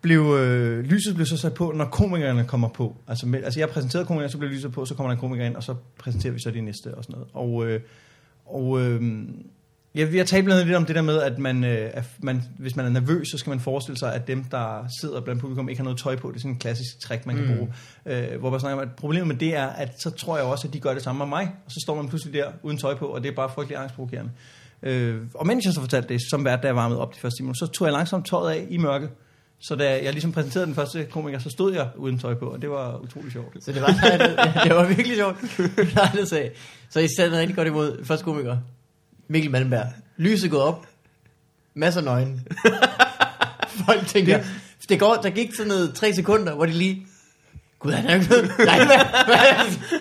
Speaker 2: blev øh, lyset blev så sat på, når komikerne kommer på. Altså, med, altså jeg præsenterede komikerne, så blev lyset på, så kommer der en komiker ind, og så præsenterer vi så de næste og sådan noget. Og, øh, og øh, jeg, jeg talte blandt andet lidt om det der med, at man, øh, at man, hvis man er nervøs, så skal man forestille sig, at dem, der sidder blandt publikum, ikke har noget tøj på. Det er sådan en klassisk trick, man kan
Speaker 1: Mm.
Speaker 2: bruge. Øh, hvor man snakker om, at problemet med det er, at så tror jeg også, at de gør det samme med mig. Og så står man pludselig der uden tøj på, og det er bare frygtelig angstprovokerende. Øh, og mens jeg så fortalte det, som hvert, da jeg varmede op de første timer, så tog jeg langsomt tøjet af i mørke. Så da jeg ligesom præsenterede den første komiker, så stod jeg uden tøj på, og det var utrolig sjovt.
Speaker 1: Så det var, (laughs) ja, det var virkelig sjovt. Lejlet sag. Så I satte rigtig godt imod første komiker. Mikkel Malmberg. Lyset gået op. Masser af nøgen. (laughs) Folk tænker, det går, der gik sådan noget tre sekunder, hvor de lige... Gud, han er jo ikke død. (laughs) Nej, hvad, hvad,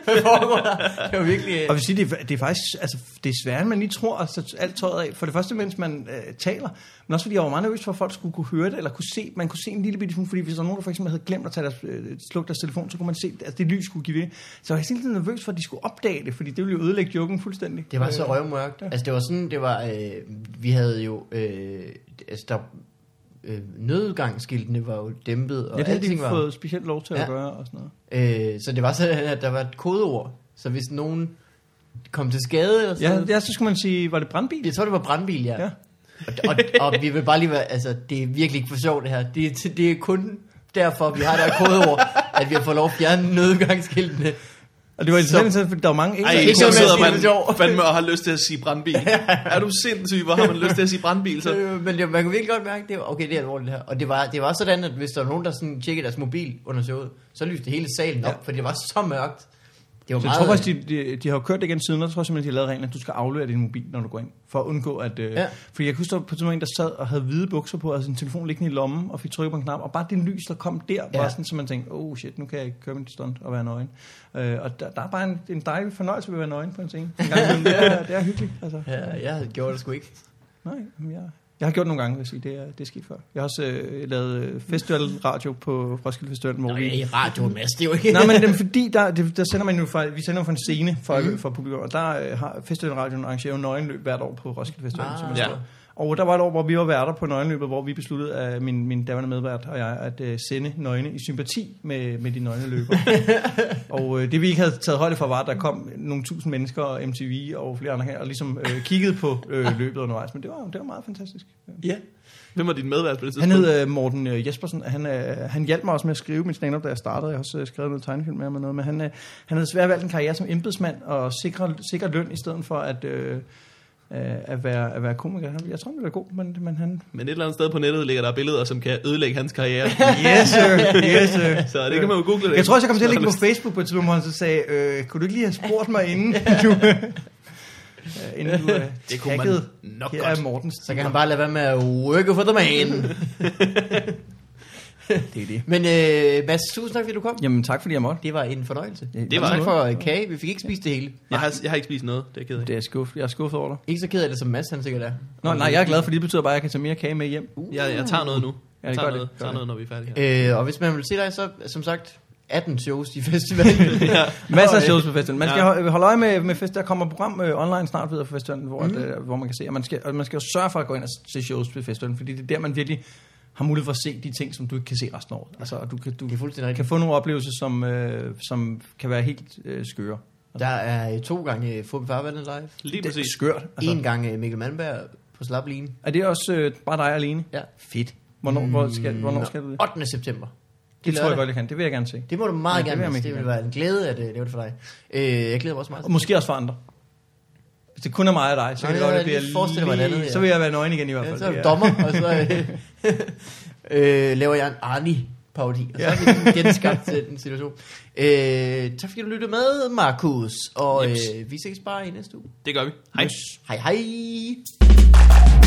Speaker 1: hvad foregår der? Det var virkelig... øh,
Speaker 2: Og vil sige, det, er- det er faktisk altså, det er sværere, end man lige tror at tage alt tøjet af. For det første, mens man øh, taler, men også fordi jeg var meget nervøs for, at folk skulle kunne høre det, eller kunne se, man kunne se en lille bitte smule, fordi hvis der var nogen, der for eksempel havde glemt at tage deres, øh, slukke deres telefon, så kunne man se, at altså, det lys skulle give det. Så jeg var helt nervøs for, at de skulle opdage det, fordi det ville jo ødelægge joken fuldstændig.
Speaker 1: Det var så
Speaker 2: Øh,
Speaker 1: røvmørkt. Altså det var sådan, det var, øh, vi havde jo, øh, altså der, øh, nødudgangsskiltene var jo dæmpet, og
Speaker 2: Ja, det havde de
Speaker 1: alting var,
Speaker 2: fået specielt lov til at
Speaker 1: Ja.
Speaker 2: gøre og sådan noget.
Speaker 1: øh, så det var sådan, at der var et kodeord, så hvis nogen kom til skade eller sådan noget,
Speaker 2: Ja, ja, så skulle man sige, var det brandbil?
Speaker 1: jeg tror det var brandbil, ja.
Speaker 2: Ja.
Speaker 1: Og, og, og, vi vil bare lige være, altså det er virkelig ikke for sjovt det her, det, er- det er kun derfor, vi har der kodeord, at vi har fået lov at fjerne nødudgangsskiltene.
Speaker 2: Og det var interessant, fordi der var mange
Speaker 3: Ej,
Speaker 2: engelske-
Speaker 1: ikke
Speaker 3: så
Speaker 1: noget med at sige, det er
Speaker 3: sidder man
Speaker 1: sjovt.
Speaker 3: fandme og har lyst til at sige brandbil. er du sindssyg, hvor har man lyst til at sige brandbil? Så
Speaker 1: Øh, Men det, man kunne virkelig godt mærke, det var, okay, det er alvorligt det her. Og det var, det var sådan, at hvis der var nogen, der sådan tjekkede deres mobil under showet, så lyste hele salen op, ja. for det var så mørkt. Det var
Speaker 2: Så jeg
Speaker 1: meget...
Speaker 2: tror faktisk, de, de, de har jo kørt det igen siden, og jeg tror simpelthen, de har lavet reglen, at du skal aflevere din mobil, når du går ind, for at undgå at... Øh,
Speaker 1: Ja.
Speaker 2: ja. Fordi jeg kan huske, der var på et tidspunkt en, der sad og havde hvide bukser på, og havde sin telefon liggende i lommen, og fik trykket på en knap, og bare det lys, der kom der, ja.
Speaker 1: Ja.
Speaker 2: var sådan, så man tænkte, oh shit, nu kan jeg ikke køre min stunt og være nøgen. Øh, og der, der, er bare en, en dejlig fornøjelse ved at være nøgen på en scene. En gang imellem. det, er, det er hyggeligt, altså.
Speaker 1: Ja, jeg havde gjort det sgu ikke.
Speaker 2: Nej, men jeg, jeg har gjort det nogle gange, vil jeg sige, det er, det er sket før. Jeg har også øh, lavet øh, festivalradio på Roskilde Festival, hvor
Speaker 1: Nå,
Speaker 2: vi
Speaker 1: ja, i radioen, Mads, det er jo (laughs) ikke... Ah.
Speaker 2: Nej, men det er fordi, der, det, der sender man jo fra, vi sender jo fra en scene for, mm. for publikum, og der øh, har Festivalradioen arrangeret jo nøgenløb hvert år på Roskilde Festival.
Speaker 1: Ah.
Speaker 2: Ah, som
Speaker 3: Ja.
Speaker 2: ja. Og der var et år, hvor vi var værter på nøgenløbet, hvor vi besluttede, at min, min daværende medvært og jeg, at øh, sende nøgne i sympati med, med de nøgne løbere. og øh, det vi ikke havde taget højde for, var, at der kom nogle tusind mennesker, og MTV og flere andre her, og ligesom øh, kiggede på øh, løbet undervejs. Men det var, det var meget fantastisk.
Speaker 1: Ja.
Speaker 3: hvem var din medvært på det
Speaker 2: Han
Speaker 3: tidspunkt?
Speaker 2: hed øh, Morten øh, Jespersen. og Han, øh, han hjalp mig også med at skrive min stand-up, da jeg startede. Jeg har også øh, skrevet noget tegnefilm med ham og noget. Men han, øh, han havde svært valgt en karriere som embedsmand og sikre, sikre løn i stedet for at, øh, øh, at, være, at være komiker. Han, jeg tror, han ville være god, men, men han...
Speaker 3: Men et eller andet sted på nettet ligger der billeder, som kan ødelægge hans
Speaker 2: (laughs)
Speaker 3: karriere.
Speaker 2: Yes, sir. Yes, (laughs) sir.
Speaker 3: Så det kan man jo google det.
Speaker 2: Jeg tror også, jeg kom til at lægge på Facebook på et tidspunkt, hvor han så sagde, øh, kunne du ikke lige have spurgt mig (laughs) inden du... øh, inden du øh,
Speaker 3: Det kunne man
Speaker 2: taggede?
Speaker 3: nok
Speaker 2: Her
Speaker 3: godt.
Speaker 2: er Mortens.
Speaker 1: Så kan han bare lade være med at work for the man.
Speaker 2: (laughs) Det er det.
Speaker 1: Men øh, Mads, tusind tak, fordi du kom.
Speaker 2: Jamen tak, fordi jeg måtte.
Speaker 1: Det var en fornøjelse.
Speaker 2: Det
Speaker 1: Og
Speaker 3: var
Speaker 1: tak
Speaker 3: det.
Speaker 1: for øh, kage. Vi fik ikke spist det hele.
Speaker 3: Jeg har, jeg har ikke spist noget, det er jeg ked af.
Speaker 2: Det er jeg skuffet. Jeg er skuffet over dig.
Speaker 1: Ikke så ked af det, som Mads han sikkert er.
Speaker 2: Nå, nej, jeg er glad, for det betyder bare, at jeg kan tage mere kage med hjem.
Speaker 3: Jeg, jeg tager noget nu.
Speaker 2: Ja,
Speaker 3: Jeg
Speaker 2: det
Speaker 3: tager,
Speaker 2: gør det.
Speaker 3: noget,
Speaker 2: Gør
Speaker 3: tager
Speaker 2: det.
Speaker 3: noget, når vi er færdige her.
Speaker 1: Øh, og hvis man vil se dig, så som sagt 18 shows i (laughs) festivalen.
Speaker 2: (laughs) Masser af
Speaker 1: Og, øh,
Speaker 2: shows på festivalen. Man skal
Speaker 3: Ja.
Speaker 2: ja. holde øje med, med fest. Der kommer et program øh, online snart videre for festivalen, hvor, mm. at, øh, hvor man kan se. Og man skal, og man skal jo sørge for at gå ind og se shows på festivalen, fordi det er der, man virkelig har mulighed for at se de ting, som du ikke kan se resten af året. Altså, og du kan, du
Speaker 1: Det er fuldstændig rigtigt.
Speaker 2: kan få nogle oplevelser, som, øh, som kan være helt øh, skøre.
Speaker 1: Der er øh, to gange øh, Fubi Farvandet live.
Speaker 3: Lige
Speaker 2: Det er
Speaker 3: præcis.
Speaker 2: skørt.
Speaker 1: Altså.
Speaker 2: Altså.
Speaker 1: En gang øh, Mikkel Mandberg på slap line.
Speaker 2: Er det også øh, bare dig alene?
Speaker 1: Ja.
Speaker 2: Fedt. Hvornår, mm, hvor skal, hvornår skal du det?
Speaker 1: 8. september.
Speaker 2: Det tror jeg
Speaker 1: lørdag.
Speaker 2: godt, jeg kan. Det vil jeg gerne se.
Speaker 1: Det må du meget
Speaker 2: Ja,
Speaker 1: ja,
Speaker 2: det vil
Speaker 1: gerne.
Speaker 2: jeg
Speaker 1: Det,
Speaker 2: mega
Speaker 1: det vil
Speaker 2: gerne.
Speaker 1: være en glæde at øh, lave det for dig. Øh, jeg glæder mig også meget.
Speaker 2: Og måske også for andre. Hvis det kun er mig og dig, så
Speaker 1: Nå,
Speaker 2: kan det
Speaker 1: ja,
Speaker 2: godt, at det
Speaker 1: lige
Speaker 2: bliver
Speaker 1: forestille mig et andet,
Speaker 2: lige...
Speaker 1: ja.
Speaker 2: Så vil jeg være nøgen igen i hvert
Speaker 1: Ja,
Speaker 2: fald.
Speaker 1: så er
Speaker 2: Det
Speaker 1: du
Speaker 2: er-
Speaker 1: dommer, og så øh, øh, laver jeg en Arnie parodi. Og så har vi sådan genskabt øh, den situation. Øh, tak fordi du lyttede med, Markus. Og
Speaker 3: Jeps.
Speaker 1: øh, vi ses bare i næste uge.
Speaker 3: Det gør vi. Hej.
Speaker 1: Hej hej.